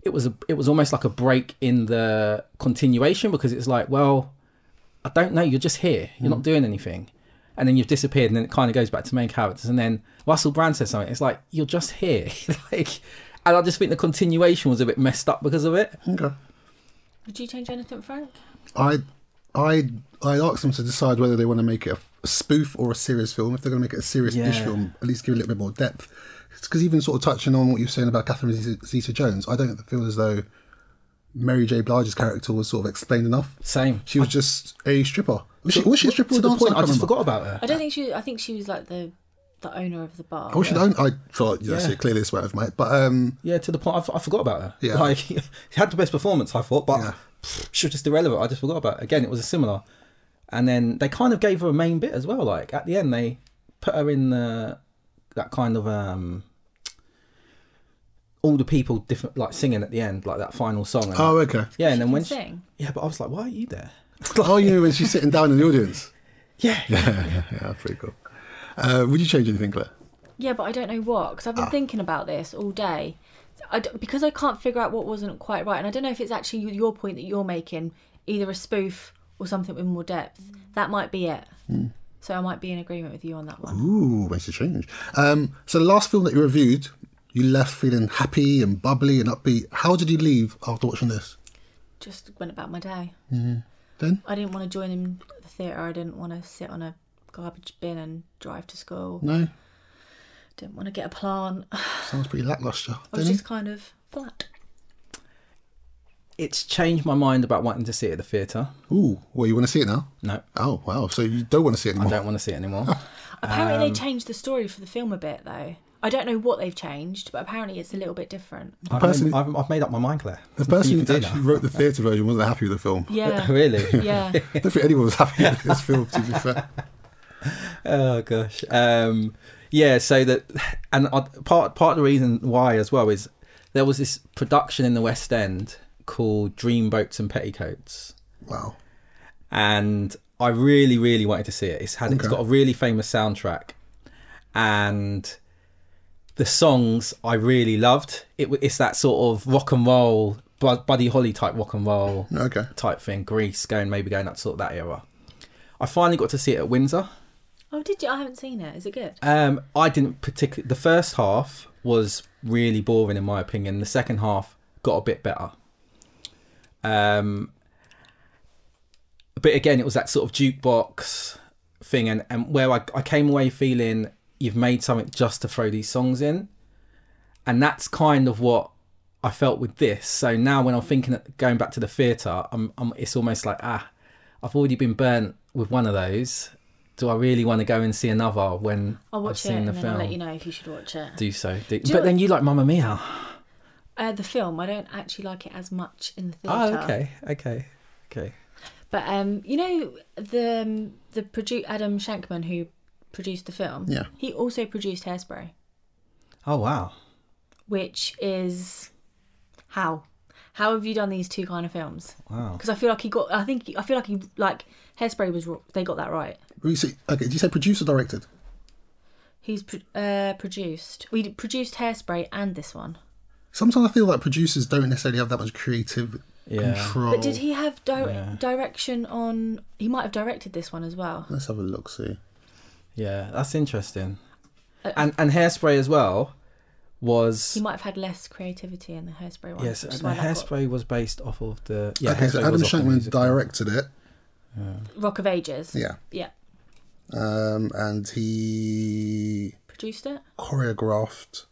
it was a it was almost like a break in the continuation because it's like, well, I don't know, you're just here. You're not doing anything. And then you've disappeared and then it kind of goes back to main characters and then Russell Brand says something. It's like, you're just here. (laughs) like and I just think the continuation was a bit messed up because of it.
Okay.
Would you change anything, Frank?
I, I, I asked them to decide whether they want to make it a f- a spoof or a serious film. If they're going to make it a serious ish
Yeah.
film, at least give it a little bit more depth. Because even sort of touching on what you were saying about Catherine Zeta Jones, I don't feel as though Mary J. Blige's character was sort of explained enough.
Same.
She was just a stripper. Was she, was she a stripper
To
or
the
dancer?
point,
I
I
can't
just
remember.
forgot about her.
I don't think she. I think she was like the the owner of the bar.
I wish she'd owned. Oh, I thought yeah,
Yeah.
so clearly this went over my. But um,
Yeah, to the point I, f- I forgot about her.
Yeah.
Like, (laughs) she had the best performance, I thought, but
Yeah.
pff, she was just irrelevant. I just forgot about her. Again, it was a similar. And then they kind of gave her a main bit as well. Like, at the end, they put her in the, that kind of. um all the people different like singing at the end like that final song and
oh (laughs) okay.
yeah and then
can
when she,
sing.
yeah but i was like why are you there
Oh, you know when she's sitting down in the audience.
yeah
yeah, yeah, pretty cool. Uh, would you change anything, Claire?
Yeah, but I don't know what because
Ah.
I've been thinking about this all day. I d because I can't figure out what wasn't quite right, and I don't know if it's actually y- your point that you're making, either a spoof or something with more depth. That might be it.
Hmm.
So I might be in agreement with you on that one.
Ooh, makes a change. Um, so the last film that you reviewed, you left feeling happy and bubbly and upbeat. How did you leave after watching this?
Just went about my day.
Mm-hmm. Then
I didn't want to join in the theatre. I didn't want to sit on a garbage bin and drive to school.
no,
Didn't want to get a plant. (sighs) I
sounds pretty lackluster.
was
Mm. Then
just kind of flat.
it's changed my mind about wanting to see it at the theater
ooh, well, you want to see it now?
no
Oh wow, so you don't want to see it
i
anymore?
don't want to see it
(laughs)
anymore
Apparently,
Um.
they changed the story for the film a bit, though. I don't know what they've changed, but apparently it's a little bit different.
I've,
Personally-
made, I've, I've made up my mind claire
The person
You
who
can do
actually wrote the theatre version wasn't happy with the film.
Yeah.
(laughs) really
Yeah.
I don't think anyone was happy with this film. To be fair,
Oh gosh. Um, yeah. So that, and I, part part of the reason why as well is there was this production in the West End called Dreamboats and Petticoats,
wow.
and I really, really wanted to see it. It's had it's
Okay.
got a really famous soundtrack, and the songs I really loved. It w- it's that sort of rock and roll, Bud- Buddy Holly type rock and roll
Okay.
type thing. Greece going maybe going up to sort of that era. I finally got to see it at Windsor.
Oh, did you? I haven't seen it. Is it good?
Um, I didn't particularly. The first half was really boring, in my opinion. The second half got a bit better. Um, but again, it was that sort of jukebox thing, and, and where I, I came away feeling you've made something just to throw these songs in. And that's kind of what I felt with this. So now when I'm thinking of going back to the theatre, I'm, I'm, it's almost like, ah, I've already been burnt with one of those. Do I really want to go and see another when
I'll
have
watch it
seen
and
the
then
film?
I'll let you know if you should watch it.
Do so. Do,
you know
but
what-
then you like Mamma Mia.
Uh, the film, I don't actually like it as much in the theatre.
Oh, okay. Okay. Okay.
But um, you know the um, the produ- Adam Shankman who produced the film.
Yeah.
He also produced Hairspray,
Oh, wow.
which is how how have you done these two kind of films?
Wow.
Because I feel like he got. I think I feel like he like Hairspray was ro- they got that right.
You see, okay. Did you say producer directed?
He's pro- uh, produced. We produced Hairspray and this one.
Sometimes I feel like producers don't necessarily have that much creative
Yeah.
control.
But did he have di-
Oh, Yeah.
direction on? He might have directed this one as well.
Let's have a look. See.
Yeah, that's interesting.
Uh,
And and hairspray as well was
He might have had less creativity in the hairspray one.
yes,
which
and
is
the
why that got
hairspray was based off of the yeah.
okay, so
Hairspray
Adam
was off the
Shankman
musical.
directed it.
Rock of Ages.
Yeah.
Yeah.
Um, and he
Produced it.
choreographed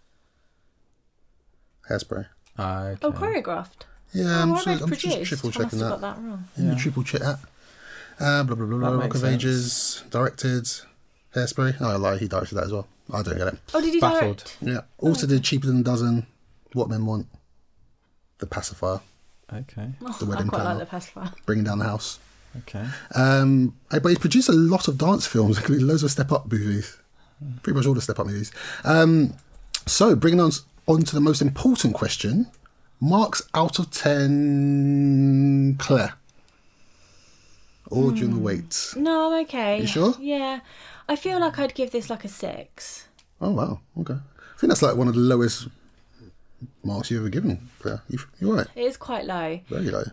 Hairspray.
Ah, okay.
Oh, choreographed.
Yeah, I'm,
oh, I
sure,
read
Um, I'm just
produced.
triple
I must
checking
have got
that.
that wrong.
Yeah. Triple check that. Uh, blah blah blah. blah
That
Rock
makes
of
sense.
Ages directed Hairspray. Oh, I lie. He directed that as well. I don't get it.
Oh, did he
Baffled.
direct?
Yeah. Also did Cheaper Than a Dozen, What Men Want, The Pacifier,
okay,
The
Oh, I
Wedding
quite like
Planner,
the pacifier.
Bringing Down the House.
okay.
Um, I- but he's produced a lot of dance films, (laughs) including loads of Step Up movies, pretty much all the Step Up movies. Um, so bringing us on to the most important question: marks out of ten, Claire. Or during
Hmm.
the wait.
No, I'm okay.
You sure?
Yeah. I feel like I'd give this like a six.
Oh wow, okay. I think that's like one of the lowest marks you've ever given. Claire, you, you're right.
It is quite low.
Very low.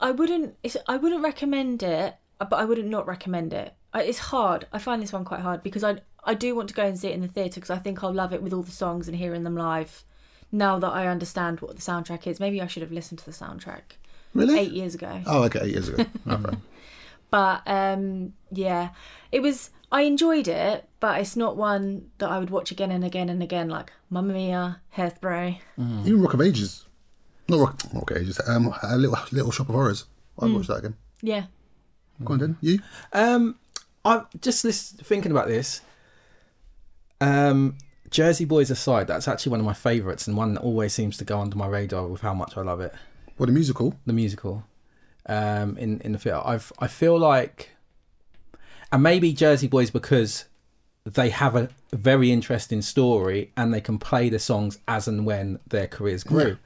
I wouldn't. It's, I wouldn't recommend it, uh, but I wouldn't not recommend it. I, it's hard. I find this one quite hard because I I do want to go and see it in the theatre because I think I'll love it with all the songs and hearing them live. Now that I understand what the soundtrack is, maybe I should have listened to the soundtrack
Really?
eight years ago.
Oh, okay, eight
(laughs)
years ago. Okay.
But um, yeah, it was. I enjoyed it, but it's not one that I would watch again and again and again, like Mamma Mia, Hairspray.
Mm. Even Rock of Ages. Not Rock, not Rock of Ages. Um, a little, little Shop of Horrors. I
Mm.
watched that again.
Yeah,
Go on, then. You?
Um, I'm just lis- thinking about this. Um, Jersey Boys aside, that's actually one of my favourites and one that always seems to go under my radar with how much I love it.
What a musical.
the musical um, in in the theater. I've I feel like, and maybe Jersey Boys because they have a very interesting story and they can play the songs as and when their careers grew.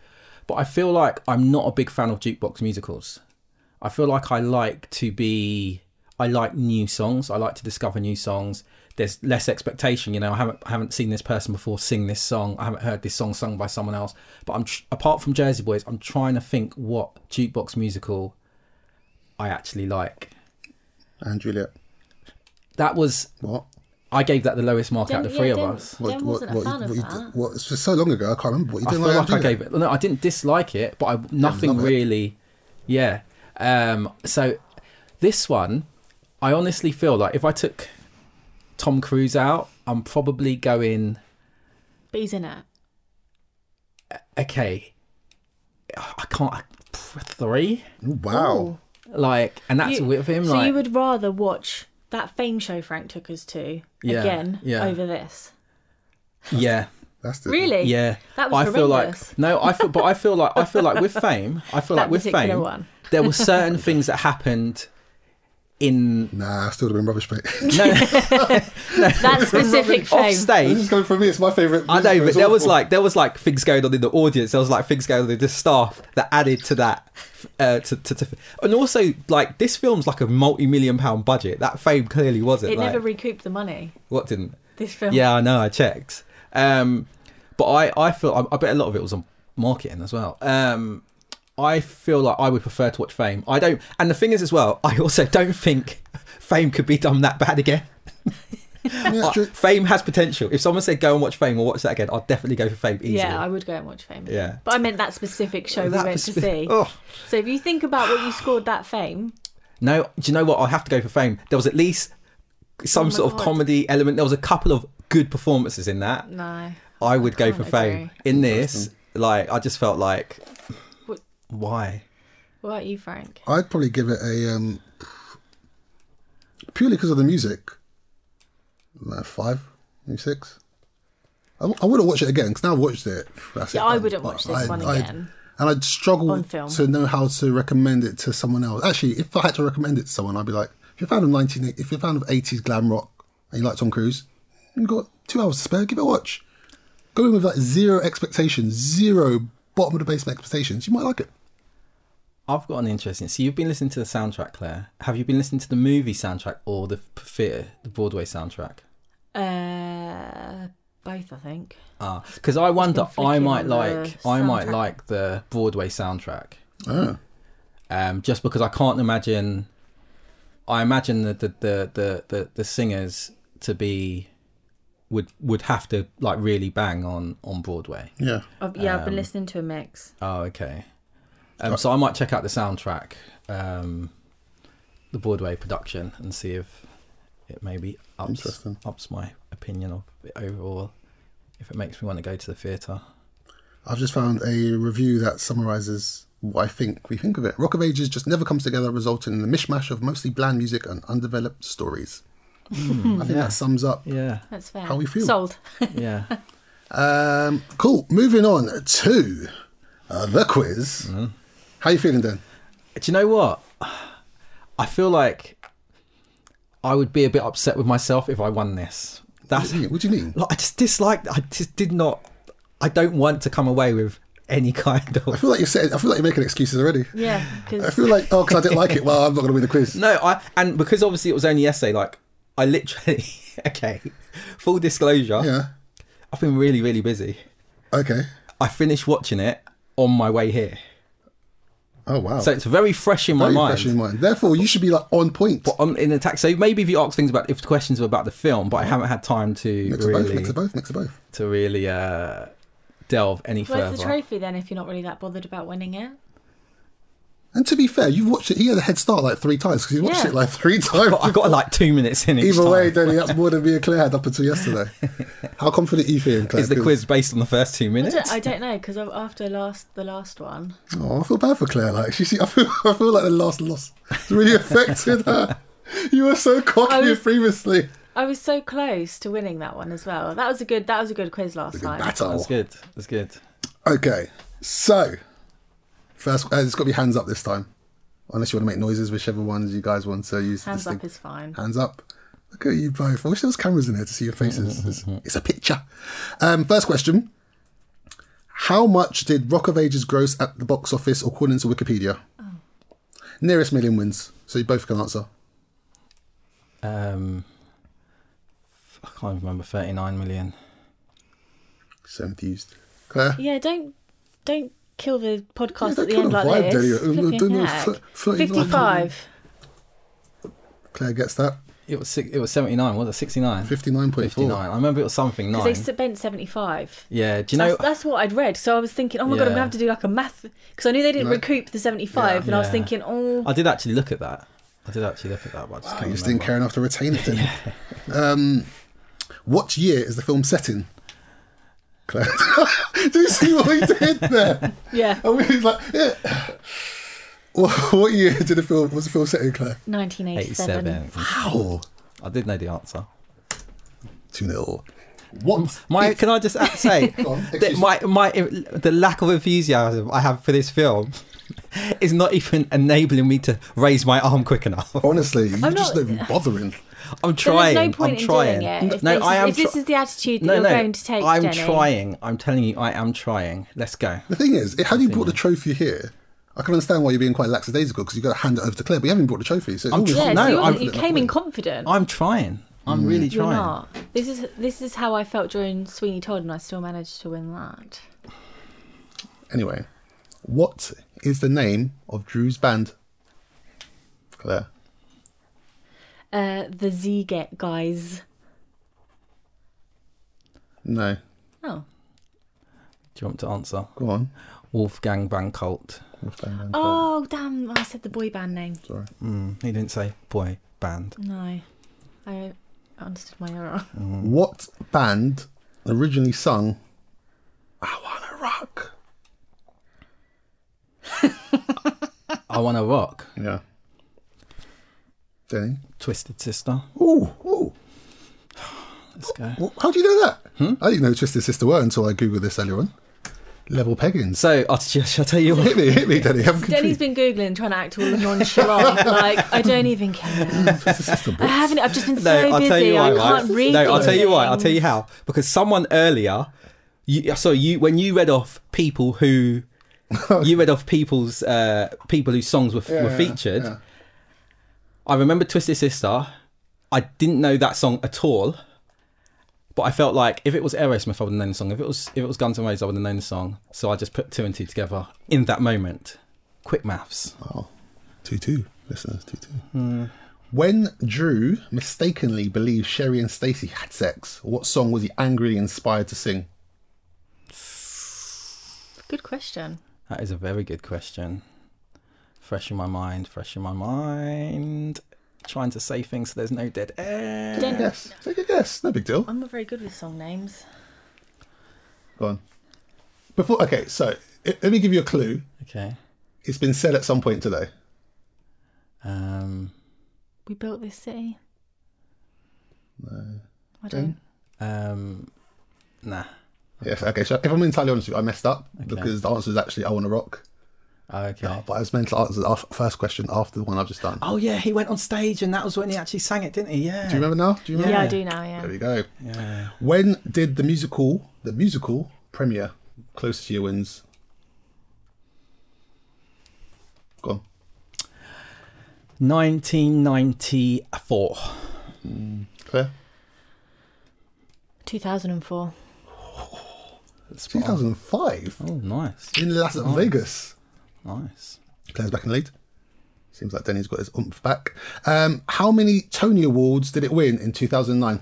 But I feel like I'm not a big fan of jukebox musicals. I feel like I like to be. I like new songs. I like to discover new songs. There's less expectation, you know. I haven't I haven't seen this person before sing this song. I haven't heard this song sung by someone else. But I'm tr- apart from Jersey Boys, I'm trying to think what jukebox musical I actually like.
And Juliet.
That was
What?
I gave that the lowest mark out of the
yeah,
three of
didn't-
us.
Dan wasn't a fan
you,
of
what you
that.
did- what- it's just so long ago, I can't remember what you
I
did.
feel like I gave it. No, I didn't dislike it, but I nothing
love it.
really. Yeah. Um, so this one, I honestly feel like if I took Tom Cruise out, I'm probably going
but he's in it.
okay. I can't three
Wow.
like, and that's
You-
with him.
So
like,
you would rather watch that fame show Frank took us to
Yeah,
again
yeah.
over this?
yeah,
That's the,
Really?
yeah.
That was
I feel like
horrendous.
no, I feel, but I feel like I feel like with fame, I feel
That
like with
particular
fame,
one.
there were certain things that happened in
Nah, I still would have been rubbish, mate.
(laughs)
That specific
off
fame.
this
stage.
is coming from me. (laughs) It's my favourite.
I know,
musical,
but
it's
there was
awful.
like there was like things going on in the audience. There was like things going on in the staff that added to that. Uh, to, to, to, and also, like this film's like a multi-million pound budget. That fame clearly wasn't.
It
like,
never recouped the money.
what didn't?
This film.
Yeah, I know. I checked. Um, but I I feel I, I bet a lot of it was on marketing as well. Um, I feel like I would prefer to watch Fame. I don't, and the thing is as well, I also don't think Fame could be done that bad again.
Yeah,
Uh,
true.
Fame has potential. If someone said go and watch Fame or watch that again, I'd definitely go for Fame easily.
Yeah, I would go and watch Fame.
Yeah.
But I meant that specific show
That
we went
perspe-
to see.
(laughs) Oh.
So if you think about what you scored that fame,
No, do you know what? I have to go for Fame. There was at least some
Oh my
sort of
God.
comedy element. There was a couple of good performances in that.
no.
I would go for
can't
Fame. In this, like, I just felt like,
What-
why?
What about you, Frank?
I'd probably give it a. Um, purely because of the music. Uh, five, maybe six. I, w- I would have watched it again because now I've watched it. That's
Yeah,
it,
I
done.
wouldn't
But
watch this
I-
one
I-
again.
and I'd struggle
On film.
to know how to recommend it to someone else. Actually, if I had to recommend it to someone, I'd be like, if you're a fan of nineteen, if you're a fan of eighties glam rock and you like Tom Cruise, you've got two hours to spare, give it a watch. Go in with like zero expectations, zero bottom of the basement expectations. You might like it.
I've got an interesting. So you've been listening to the soundtrack, Claire. Have you been listening to the movie soundtrack or the theatre, the Broadway soundtrack?
Uh, both, I think.
Because Ah, I wonder, I
flicking
might
on the
like, I might
soundtrack.
like the Broadway soundtrack,
Oh.
um, just because I can't imagine. I imagine that the the, the the the singers to be would would have to like really bang on on Broadway.
Yeah.
I've, yeah, I've been
Um,
listening to a mix.
Oh, okay. Um, so I might check out the soundtrack, um, the Broadway production, and see if it maybe ups
Interesting.
ups my opinion of it overall. If it makes me want to go to the theatre.
I've just found a review that summarises what I think we think of it. Rock of Ages just never comes together, resulting in a mishmash of mostly bland music and undeveloped stories. I think that sums up.
Hmm, (laughs) Yeah,
That's fair.
How we feel.
Sold. (laughs)
yeah.
Um, cool. Moving on to uh, the quiz.
Uh-huh.
How you feeling, Dan?
Do you know what? I feel like I would be a bit upset with myself if I won this. That's
What do you mean?
like I just dislike. I just did not. I don't want to come away with any (laughs) kind
I
of.
feel like you're saying, I feel like you're making excuses already.
(laughs)
Yeah,
I
because
feel like oh, because I didn't like it. Well, I'm not going to win the quiz.
No, I and because obviously it was only essay. Like I literally. (laughs) Okay, full disclosure.
Yeah.
I've been really really busy.
Okay.
I finished watching it on my way here,
Oh wow.
so it's very fresh in my
Very
mind.
fresh in mind. Therefore, you should be like on point.
on, in attack. So maybe if you ask things about if the questions were about the film, but I haven't had time to
Mix of both.
really
Mix of both. Mix of both.
to really uh, delve any
where's the
further.
trophy then if you're not really that bothered about winning it?
And to be fair, you've watched it. He had a head start like three times because he watched
Yeah.
it like three times.
But I got like two minutes in each
Either
time.
way, Danny, that's more than me and Claire had up until yesterday. How confident are you feeling, Claire?
is the
'Cause-
quiz based on the first two
I
minutes?
don't, I don't know because after last the last one,
Oh, I feel bad for Claire. Like she, she I feel, (laughs) I feel like the last loss really affected her. You were so
I
cocky
was-
previously.
I was so close to winning that one as well. That was a good that was a good quiz last
Good
time.
That's
battle.
good. That's good.
Okay, so first, uh, it's got to be hands up this time, unless you want to make noises, whichever ones you guys want to use.
Hands
this
up
thing.
is fine.
Hands up. Look at you both. I wish there was cameras in there to see your faces. It's, it's a picture. Um, first question: How much did Rock of Ages gross at the box office according to Wikipedia? Nearest million wins, so you both can answer.
Um, I can't remember. Thirty-nine million.
So enthused. Claire?
Yeah, don't don't kill the podcast
Yeah,
at the
don't
end
kill the
like
vibe,
this.
Daniel.
Flipping
Don't know,
heck.
th- 39.
Fifty-five.
Claire gets that.
It was six, it was seventy-nine. Was it sixty-nine?
59.4.
Fifty-nine. I remember it was something nine.
They spent seventy-five.
yeah. Do you know?
that's, that's what I'd read. So I was thinking, oh my god,
Yeah.
I'm gonna have to do like a math because I knew they didn't
Right.
recoup the 75, and I was
Yeah.
thinking, oh,
I did actually look at that. I did actually look at that. But I just
Oh,
can't
you just
remember.
didn't care enough to retain it then. um, what year is the film set in? Claire. (laughs) Do you see what we did there?
yeah,
Oh.
I mean, he's like, yeah. What, what year did the film, was the film set in, Claire?
1987.
Eighty-seven.
Ow.
I did know the answer.
2 0. What?
My, can I just a-
(laughs)
say
on,
that
excuse
my my the lack of enthusiasm I have for this film (laughs) is not even enabling me to raise my arm quick enough.
Honestly, you're
not-
just not even bothering.
I'm
There is
trying.
no point
I'm
in
trying.
doing it. If,
No,
this,
I
is,
am.
if this
try-
is the attitude that
no,
you're
no.
going to take,
I'm
Denny.
trying. I'm telling you, I am trying. Let's
(laughs)
go.
The thing is, had you brought the trophy here, I can understand why you're being quite lackadaisical because you've got to hand it over to Claire, but you haven't brought the trophy. So it's
I'm
always-
trying. No,
Oh, Yeah, so you,
I'm-
were- you came in confident.
I'm trying. I'm really
You're
trying.
not. This is this is how I felt during Sweeney Todd, and I still managed to win that.
Anyway, what is the name of Drew's band? Claire.
Uh, the Z get guys.
No.
Oh,
Do you want to answer?
Go on.
Wolfgang Van Colt.
oh, damn! I said the boy band name.
Sorry.
He didn't say boy band.
No, I understood my
(laughs)
error.
What band originally sung I Wanna Rock?
I want to rock.
Yeah. Denny?
Twisted Sister.
Ooh, ooh.
Let's go.
Well, how do you know that? I didn't know Twisted Sister were until I googled this earlier on. Level pegging. So
So, I'll, shall I tell you what?
(laughs) hit me, hit me, Denny. I'm
Denny's
confused.
been googling, trying to act
(laughs)
all nonchalant. like I don't even care.
Twisted Sister.
I
bro. (laughs)
haven't. I've just been
No,
so
I'll
busy.
tell you why.
I
right?
can't read.
No, I'll
these
tell you why. I'll tell you
things.
how. Because someone earlier, you, so you when you read off people
(laughs)
who you read off people's uh, people whose songs were, were
yeah,
featured. I remember Twisted Sister. I didn't know that song at all. But I felt like if it was Aerosmith, I would have known the song. If it was if it was Guns N' Roses, I would have known the song. So I just put two and two together in that moment. Quick maths.
Wow. 2 2. Oh, Listeners, 2 2. When Drew mistakenly believed Sherry and Stacy had sex, what song was he angrily inspired to sing?
Good question.
That is a very good question. Fresh in my mind, fresh in my mind. Trying to say things so there's no dead air.
Don't-
Yes. Take a guess. No big deal.
I'm not very good with song names.
Go on. Before, okay, so i- let me give you a clue.
Okay.
It's been said at some point today.
Um,
We built this city. No. I don't.
um, nah.
Yes, okay, so if I'm entirely honest with you, I messed up because the answer is actually I Wanna Rock.
Okay.
But I was meant to answer the af- first question after the one I've just done.
Oh yeah, he went on stage and that was when he actually sang it, didn't he? Yeah.
Do you remember now? Do you remember?
Yeah, I do now, yeah.
There we go. When did the musical, the musical premiere, closest year wins? Go on.
1994.
Claire?
2004.
Spot on.
2005
Oh, nice,
in Las Vegas.
nice.
Claire's back in the lead. Seems like Denny's got his oomph back. Um, how many Tony Awards did it win in 2009?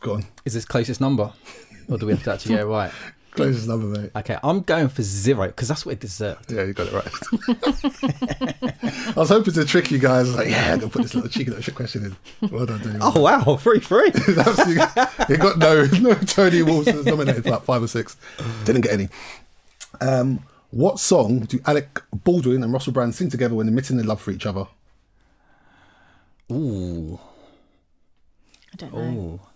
Go on.
Is this closest number, (laughs) or do we have to actually go right?
Closest number, mate.
Okay, I'm going for zero because that's what it deserved.
Yeah, you got it right. (laughs) I was hoping to trick you guys. I was like, yeah, I'm going to put this little cheeky little shit question in. Well done, Denny. (laughs)
Oh wow, three three.
It's absolutely- it got no no Tony Awards it was nominated for like five or six. Didn't get any. Um, what song do Alec Baldwin and Russell Brand sing together when admitting their love for each other?
Ooh,
I don't know.
Oh.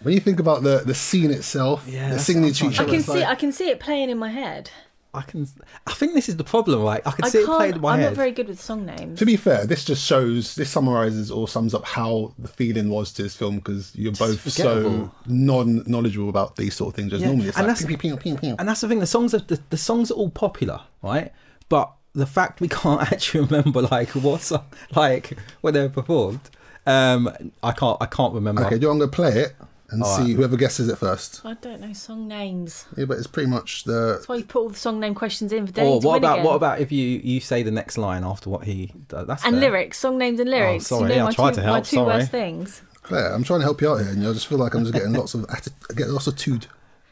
When you think about the, the scene itself,
Yeah,
they're
that's-
singing
that's
to each
what
I
other.
can
it's
see
like-
I can see it playing in my head.
I can. I think this is the problem, right? I can
I
see
can't.
it played in my
I'm
head.
not very good with song names.
to be fair, this just shows, this summarizes or sums up how the feeling was to this film because you're both so
forgettable.
non knowledgeable about these sort of things. Just
Yeah,
normally it's
and
like,
that's-
pew, pew, pew, pew.
And that's the thing. The songs are the, the songs are all popular, right? But the fact we (laughs) can't actually remember like what song, like when they were performed, um, I can't I can't remember.
Okay, do you want to play it and see whoever guesses it first?
I don't know song names.
Yeah, but it's pretty much the
That's why you put all the song name questions in for Denny
Or
to
Oh, what
win
about
again.
what about if you you say the next line after what he does? That's
and
fair.
lyrics, song names and lyrics.
Oh, sorry,
you know
yeah, I
my
tried
two,
to
My
help,
two
sorry.
worst things.
Claire, I'm trying to help you out here, and I just feel like I'm just getting lots of atti- get lots of tood.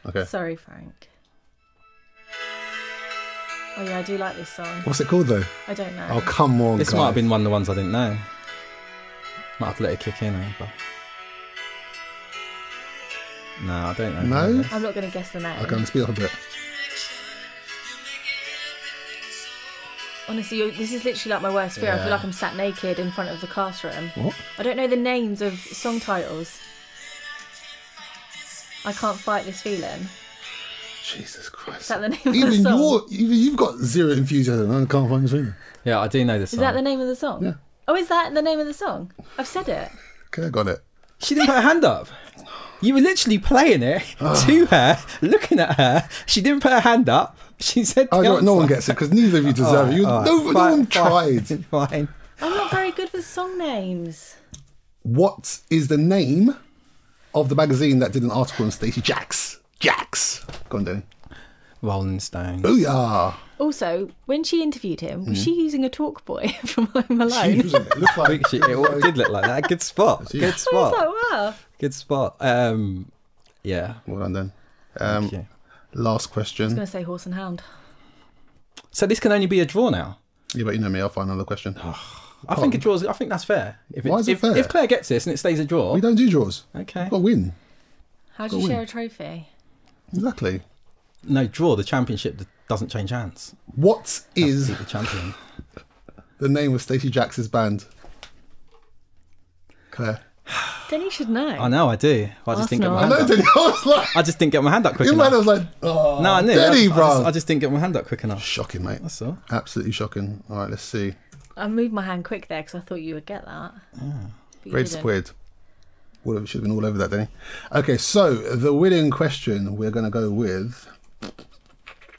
Okay.
Sorry, Frank. Oh yeah, I do like this song.
What's it called though?
I don't know.
Oh come on,
This
guy.
might have been one of the ones I didn't know. Might have to let it kick in. eh, But... No, I don't know.
No?
I'm not going to guess the name.
I can speed up a bit.
Honestly, you this is literally like my worst fear. I feel
Yeah.
like I'm sat naked in front of the classroom.
What?
I don't know the names of song titles. I can't fight this feeling.
Jesus Christ! Is
that the name of the
even
song?
you're even you've got zero enthusiasm. I can't find this either.
Yeah, I do know this
Is
song.
that the name of the song?
Yeah.
Oh, is that the name of the song? I've said it.
Okay, I got it.
She didn't put her hand up. You were literally playing
(sighs)
it to her, looking at her. She didn't put her hand up. She said,
Oh,
the
no, no
answer.
one gets it because neither of you deserve it. You,
All right,
no, no
fine, fine,
one tried.
(laughs) Fine.
I'm not very good with song names.
What is the name of the magazine that did an article on Stacey Jacks? Jacks. Go on, Danny.
Rolling
(laughs)
Stone.
Booyah!
Also, when she interviewed him, was she using a talk boy (laughs) from Home Alone?
She was in it. It
(laughs)
looked like
She- it did look like that. Good spot.
(laughs)
Good
(laughs) I was like,
spot.
wow.
Good spot. Um, yeah.
Well done, then. Um,
yeah.
last
I was
question.
going to say horse and hound.
So this can only be a draw now.
Yeah, but you know me. I'll find another question.
I think a draw's. I think that's fair. If
Why is it
if,
fair?
If Claire gets this and it stays a draw,
We don't do draws.
okay.
Got to win.
How do you share a trophy?
Exactly.
No draw. The championship doesn't change hands.
What is
Beat the champion.
the name of Stacey Jackson's band? Claire.
Denny should know.
I know. I do. I just didn't get my
Arsenal.
hand
No,
up.
Denny, I was like,
I just didn't get my hand up quick
your
enough.
man was like, oh,
No, I knew. I,
Denny,
just, I,
bro.
just, I just didn't get my hand up quick enough.
Shocking, mate.
That's all.
Absolutely shocking. All right, let's see.
I moved my hand quick there because I thought you would get that. But you
Red
didn't.
Squid. Would have, should have been all over that, Denny. Okay, so the winning question we're going to go with.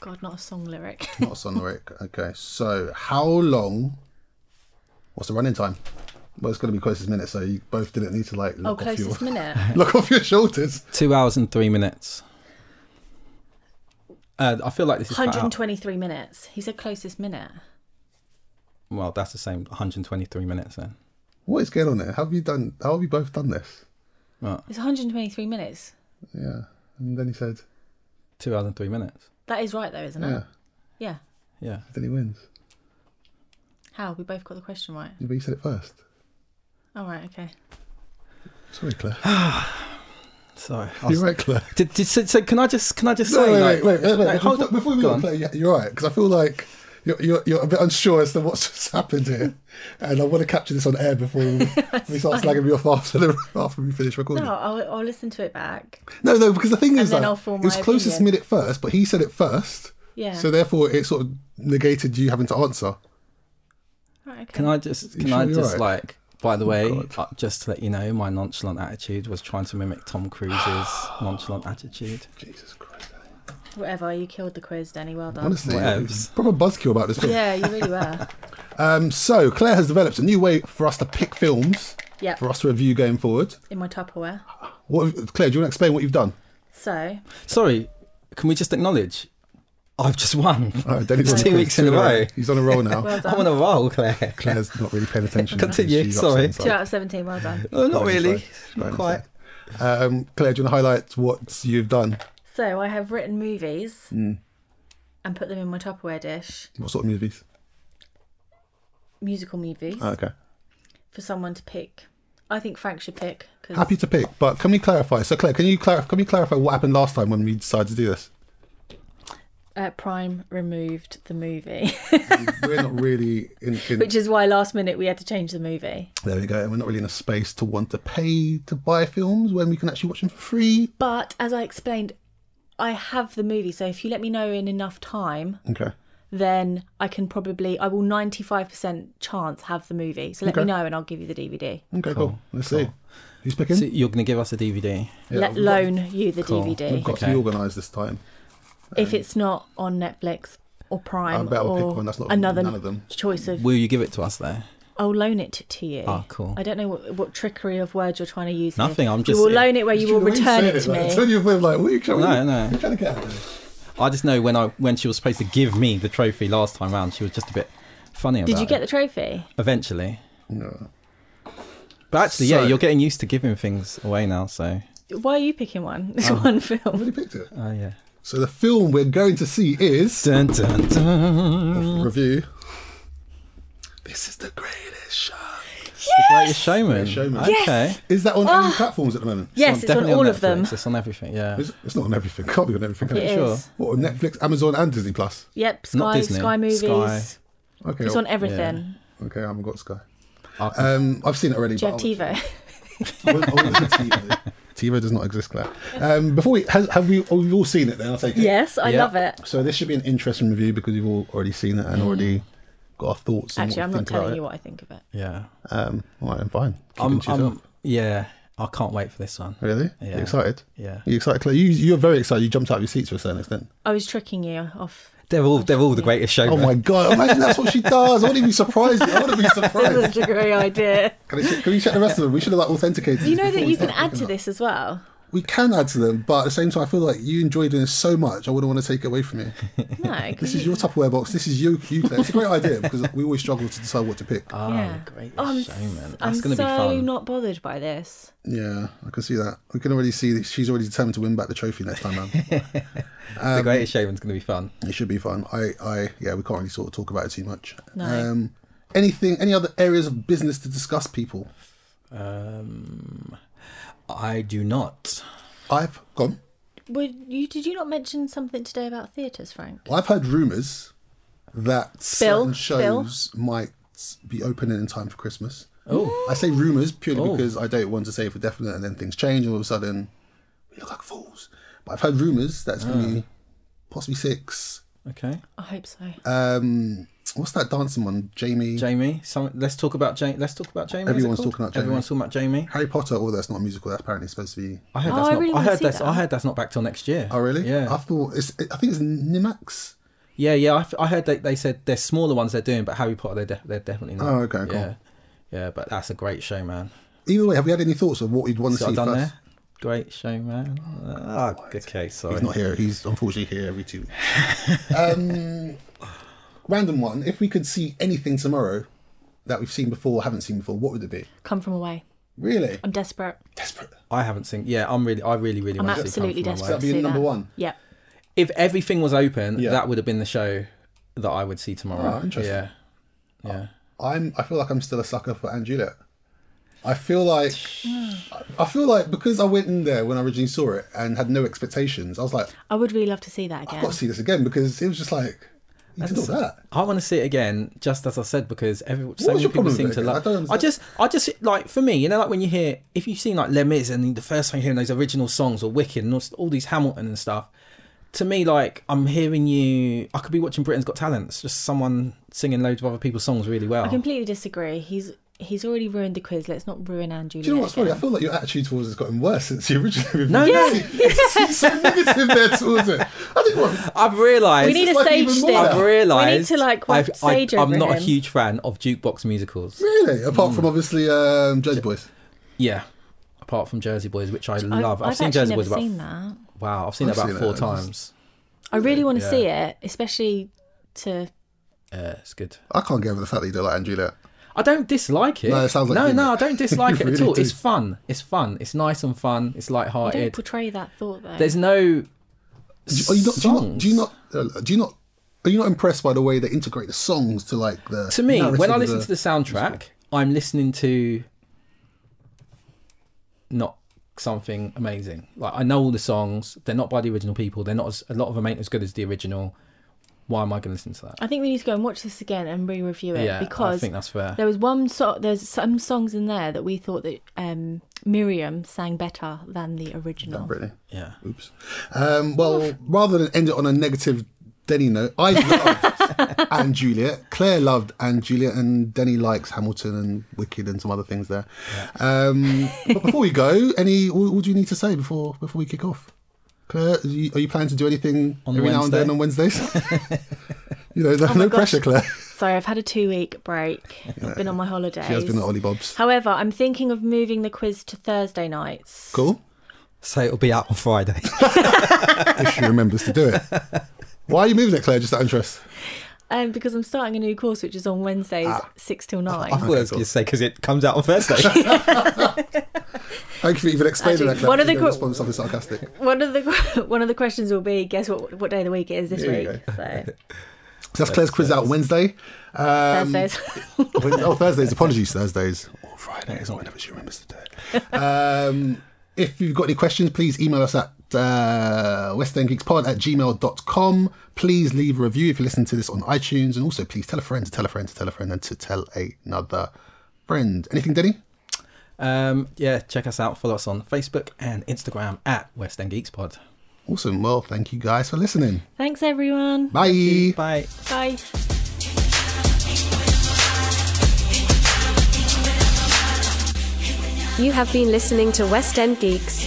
God, not a song lyric. (laughs)
Not a song lyric. Okay, so how long. What's the running time? Well, it's going to be closest minute, so you both didn't need to like
Oh,
look, off, your, (laughs)
closest minute.
look off your shoulders.
Two hours and three minutes. Uh, I feel like this is cut out.
123 minutes. He said closest minute.
Well, that's the same. 123 minutes then.
What is going on there? How have you done? How have you both done this?
It's 123 minutes.
Yeah. And then he said,
Two hours and three minutes.
That is right though, isn't
"Yeah."
it? Yeah.
Yeah.
Then he wins.
How? We both got the question right.
Yeah, But you said it first.
All right. Okay.
Sorry, Claire.
So
(gasps) You're right, Claire.
Did, did so, so? Can I just can I just
No,
say?
wait,
like-
wait, wait, wait, wait.
no, hold
before,
on.
before we
Go
go
on.
play, yeah, you're right because I feel like you're, you're you're a bit unsure as to what's just happened here, and I want to capture this on air before we, we start slagging you off after the, after we finish recording.
No, I'll, I'll listen to it back.
No, no, because the thing is,
then
like,
I'll form
it was
my
closest
opinion.
minute first, but he said it first.
Yeah.
So therefore, it sort of negated you having to answer.
Right, okay.
Can I just can
sure
I
you're
just
right?
like? By the way,
Oh,
uh, just to let you know, my nonchalant attitude was trying to mimic Tom Cruise's
(gasps)
nonchalant attitude.
Jesus Christ.
Whatever. You killed the quiz, Danny. Well done.
Honestly,
Whatevs.
proper buzzkill about this film.
Yeah, you really
(laughs)
were.
Um, so Claire has developed a new way for us to pick films
Yep.
for us to review going forward.
In my Tupperware.
What, Claire, do you want to explain what you've done?
So
Sorry, can we just acknowledge? I've just won.
(laughs) All right, Danny's
It's
on
two
quiz,
weeks in a row.
He's on a roll now.
well done.
I'm on a roll, Claire.
Claire's not really paying (laughs) attention.
Continue,
She's
sorry.
upset
Two
inside.
out of 17. Well
(laughs)
done.
Oh, not
Quite
really.
inside.
Not
Quite
quite.
Um, Claire, do you want to highlight what you've done?
So I have written movies
Hmm.
and put them in my Tupperware dish.
What sort of movies?
Musical movies
Oh, okay.
for someone to pick. I think Frank should pick. 'cause-
Happy to pick, but can we clarify? So, Claire, can you clarify? Can we clarify what happened last time when we decided to do this?
uh, Prime removed the movie, (laughs)
We're not really in. in
which is why last minute we had to change the movie.
there we go. We're not really in a space to want to pay to buy films when we can actually watch them for free.
But as I explained, I have the movie, so if you let me know in enough time,
Okay.
then I can probably, I will 95% chance have the movie. So let me
Okay.
know and I'll give you the DVD.
Okay. Cool. Let's see. Who's picking?
So you're going to give us a DVD.
Yeah,
let
we've got-
loan you the
Cool.
We've
DVD
got to
Okay.
be organised this time.
if it's not on Netflix or
I
Prime
bet I'll
or
pick one. That's not-
another
none of them.
choice of.
Will you give it to us there?
I'll loan it to you.
Ah, cool.
I don't know what, what trickery of words you're trying to use. here.
Nothing, I'm
You
just-
will loan it where you will return it to me.
Turn your flip like, what are you trying,
No, no.
You're trying to get out of
I just know when I when she was supposed to give me the trophy last time round, she was just a bit funny about
Did you
it.
get the trophy?
Eventually.
No.
But actually,
So-
yeah, you're getting used to giving things away now, so.
Why are you picking one? (laughs) It's
Um,
one film.
Already picked it.
Oh, yeah.
So the film we're going to see is
Dun, dun, dun.
review. Mm. This is the greatest show.
Greatest Showman.
Showman.
Okay.
Is that on
Ah.
any platforms at the moment?
Yes, it's on
Definitely
all of them.
Netflix, It's on everything, yeah.
It's, it's not on everything. (laughs) Can't be on everything. Can
It
it?
is.
Sure.
What on Netflix, Amazon, and Disney Plus?
Yep.
Not
Sky,
Disney,
Sky Movies.
Sky.
Okay.
It's on everything.
okay, I haven't got Sky.
I'll-
Um, I've seen it already.
Do you have
but I'll- (laughs)
TiVo?
I wouldn't- I wouldn't say oh, TiVo. TiVo does not exist, Claire. Um, before we has, have we, oh, we've all seen it then? I take it.
(laughs) yes, I
Yeah.
love it.
So this should be an interesting review because you've all already seen it and already got our thoughts. and
Actually,
what
I'm
we
not
think about
telling
it.
you what I think of it.
yeah.
Um, all right, I'm fine. Keep
I'm,
it to yourself.
I'm, yeah, I can't wait for this one.
Really?
Yeah.
You excited?
Yeah.
You excited, Claire? You, you're very excited. You jumped out of your seat to a certain extent.
I was tricking you
(laughs)
off.
They're all, they're all the greatest
Oh
showman.
my god! Imagine that's what she does. I wouldn't be surprised. I wouldn't be
That's
surprised.
such a
(laughs)
great idea.
Can, we check- can we check the rest of them? We should have like authenticated.
You know that
these before
you
we
can
start
add to
picking up.
this as well.
We can add to them, but at the same time, I feel like you enjoy doing this so much. I wouldn't want to take it away from you.
(laughs)
No,
This is your Tupperware box. This is you, you Claire. It's a great idea because we always struggle to decide what to pick.
Oh,
Yeah.
the greatest
I'm, s-
showman.
I'm
That's going to
so
be fun.
not bothered by this.
Yeah, I can see that. We can already see that she's already determined to win back the trophy next (laughs) time round.
the greatest showman's going to be fun.
It should be fun. I, I, yeah, we can't really sort of talk about it too much.
No.
Um, anything, any other areas of business to discuss, people?
Um, I do not.
I've gone.
Would you did you not mention something today about theatres, Frank?
I've heard rumours that certain
Bill, Bill.
shows might be opening in time for Christmas.
Oh.
I say rumours purely
Oh.
because I don't want to say for definite, and then things change, and all of a sudden we look like fools. But I've heard rumours that it's going
Ah.
to be possibly six.
Okay.
I hope so.
Uh,
Um, what's that dancing one? Jamie.
Jamie, some, let's talk about Jamie. Let's talk about Jamie. is it
Everyone's
called?
talking about Jamie.
Everyone's talking about Jamie.
Harry Potter, although that's not a musical, that's apparently supposed to be.
I heard
Oh,
that's
I
not.
really
I
wanna
heard
see
that's.
that.
I heard that's not back till next year.
Oh, really?
Yeah.
I thought it's. I think it's Nimax.
yeah, yeah. I, f- I heard they, they said there's smaller ones they're doing, but Harry Potter they're, de- they're definitely not.
Oh, okay, cool.
Yeah, Yeah, but that's a great show, man.
Either way, have we had any thoughts of what we'd want
See
to
what
see
I've done
first?
there? Great show, man. Ah, okay, sorry.
He's not here. He's unfortunately here every two weeks. um, (laughs) random one. If we could see anything tomorrow that we've seen before, haven't seen before, what would it be?
Come from away.
Really?
I'm desperate.
Desperate.
I haven't seen. Yeah, I'm really. I really, really
I'm
want to see. Come
absolutely
From Away.
desperate.
That'd be
to see
number
that.
one.
Yep.
If everything was open,
Yeah.
that would have been the show that I would see tomorrow.
Oh, interesting.
Yeah, yeah.
I'm. I feel like I'm still a sucker for Anne Juliet. I feel like. (sighs) I feel like because I went in there when I originally saw it and had no expectations, I was like,
I would really love to see that
I've
again.
got to see this again because it was just like, you did all that.
I want to see it again, just as I said, because every so
was
many
your
people
problem
seem
with it
to
again?
love.
I don't
I,
understand.
just, I just like for me, you know, like when you hear if you've seen like Les Mis and the first time you're hearing those original songs or Wicked and all, all these Hamilton and stuff. To me, like I'm hearing you, I could be watching Britain's Got Talent. It's just someone singing loads of other people's songs really well.
I completely disagree. He's he's already ruined the quiz. Let's not ruin Andrew.
Do you know what's funny? I feel like your attitude towards it's gotten worse since the original review. (laughs)
No, no.
It's so negative there towards it. I didn't want.
I've realised
(laughs) We need a
It's like
sage
even more.
stick.
I've
I've realised
We need to like
I've-
I've, sage
I,
over
am not a
him.
huge fan of jukebox musicals.
Really? Apart
Hmm.
from obviously um, Jersey Boys.
Yeah, apart from Jersey Boys, which I
I've,
love. I've,
I've
seen
actually
Jersey
never
Boys about
seen that.
wow, I've seen
I've
it about
seen it.
four
It's just-
times.
I really want to
Yeah.
see it, especially to.
Yeah, it's good.
I can't get over the fact that you don't like Anne Juliet.
I don't dislike it.
No, it sounds like
no,
you.
no, I don't
(laughs)
dislike it
You
at
really
all. It's
do.
fun. It's fun. It's nice and fun. It's
I don't
light-hearted.
portray that thought though.
There's no
Do, are you not, do you not?
songs.
Do you not? Uh, do you not? Are you not impressed by the way they integrate the songs to like the?
to me when I
narrative
listen
of
to the soundtrack, I'm listening to not something amazing. Like I know all the songs; they're not by the original people. They're not as, a lot of them ain't as good as the original. Why am I going to listen to that?
I think we need to go and watch this again and re-review it
yeah,
because
I think that's fair.
there was one so there's some songs in there that we thought that um, Miriam sang better than the original.
Britney.
Yeah,
Oops. Um, well, rather than end it on a negative Denny note, I loved Anne Juliet. Claire loved Anne Juliet, and Denny likes Hamilton and Wicked and some other things there. Um, but before we go, any what, what do you need to say before before we kick off? Claire, are you, are you planning to do anything
On
every now and
Wednesday?
then on Wednesdays?
(laughs)
you know, no, no
Oh gosh.
pressure, Claire.
Sorry, I've had a two-week break. I've been on my holidays.
(laughs) She has been at Ollie Bob's.
However, I'm thinking of moving the quiz to Thursday nights.
Cool.
so it'll be out on Friday. (laughs)
If she remembers to do it. Why are you moving it, Claire? Just out of interest.
Um, because I'm starting a new course, which is on Wednesdays,
Ah.
six till
(laughs)
nine.
I was going to say because it comes out on Thursday.
Thank you for even explaining
Actually,
that, Claire.
one of the
You know,
gr-
response something sarcastic.
one of the (laughs) one of the questions will be, guess what? What day of the week it is this
There you
week? So
So that's Claire's quiz out Wednesday. (laughs) Um,
Thursdays. (laughs)
Wed- oh, Thursdays. Apologies, Thursdays. Or Fridays, or whenever she remembers to do it. Um, if you've got any questions, please email us at uh, westendgeekspod at gmail.com. Please leave a review if you listen to this on iTunes. And also, please tell a friend to tell a friend to tell a friend and to tell another friend. Anything, Denny?
um, yeah, check us out. Follow us on Facebook and Instagram at West End Geeks Pod.
Awesome. Well, thank you guys for listening.
Thanks everyone.
Bye.
Bye.
Bye.
You have been listening to West End Geeks.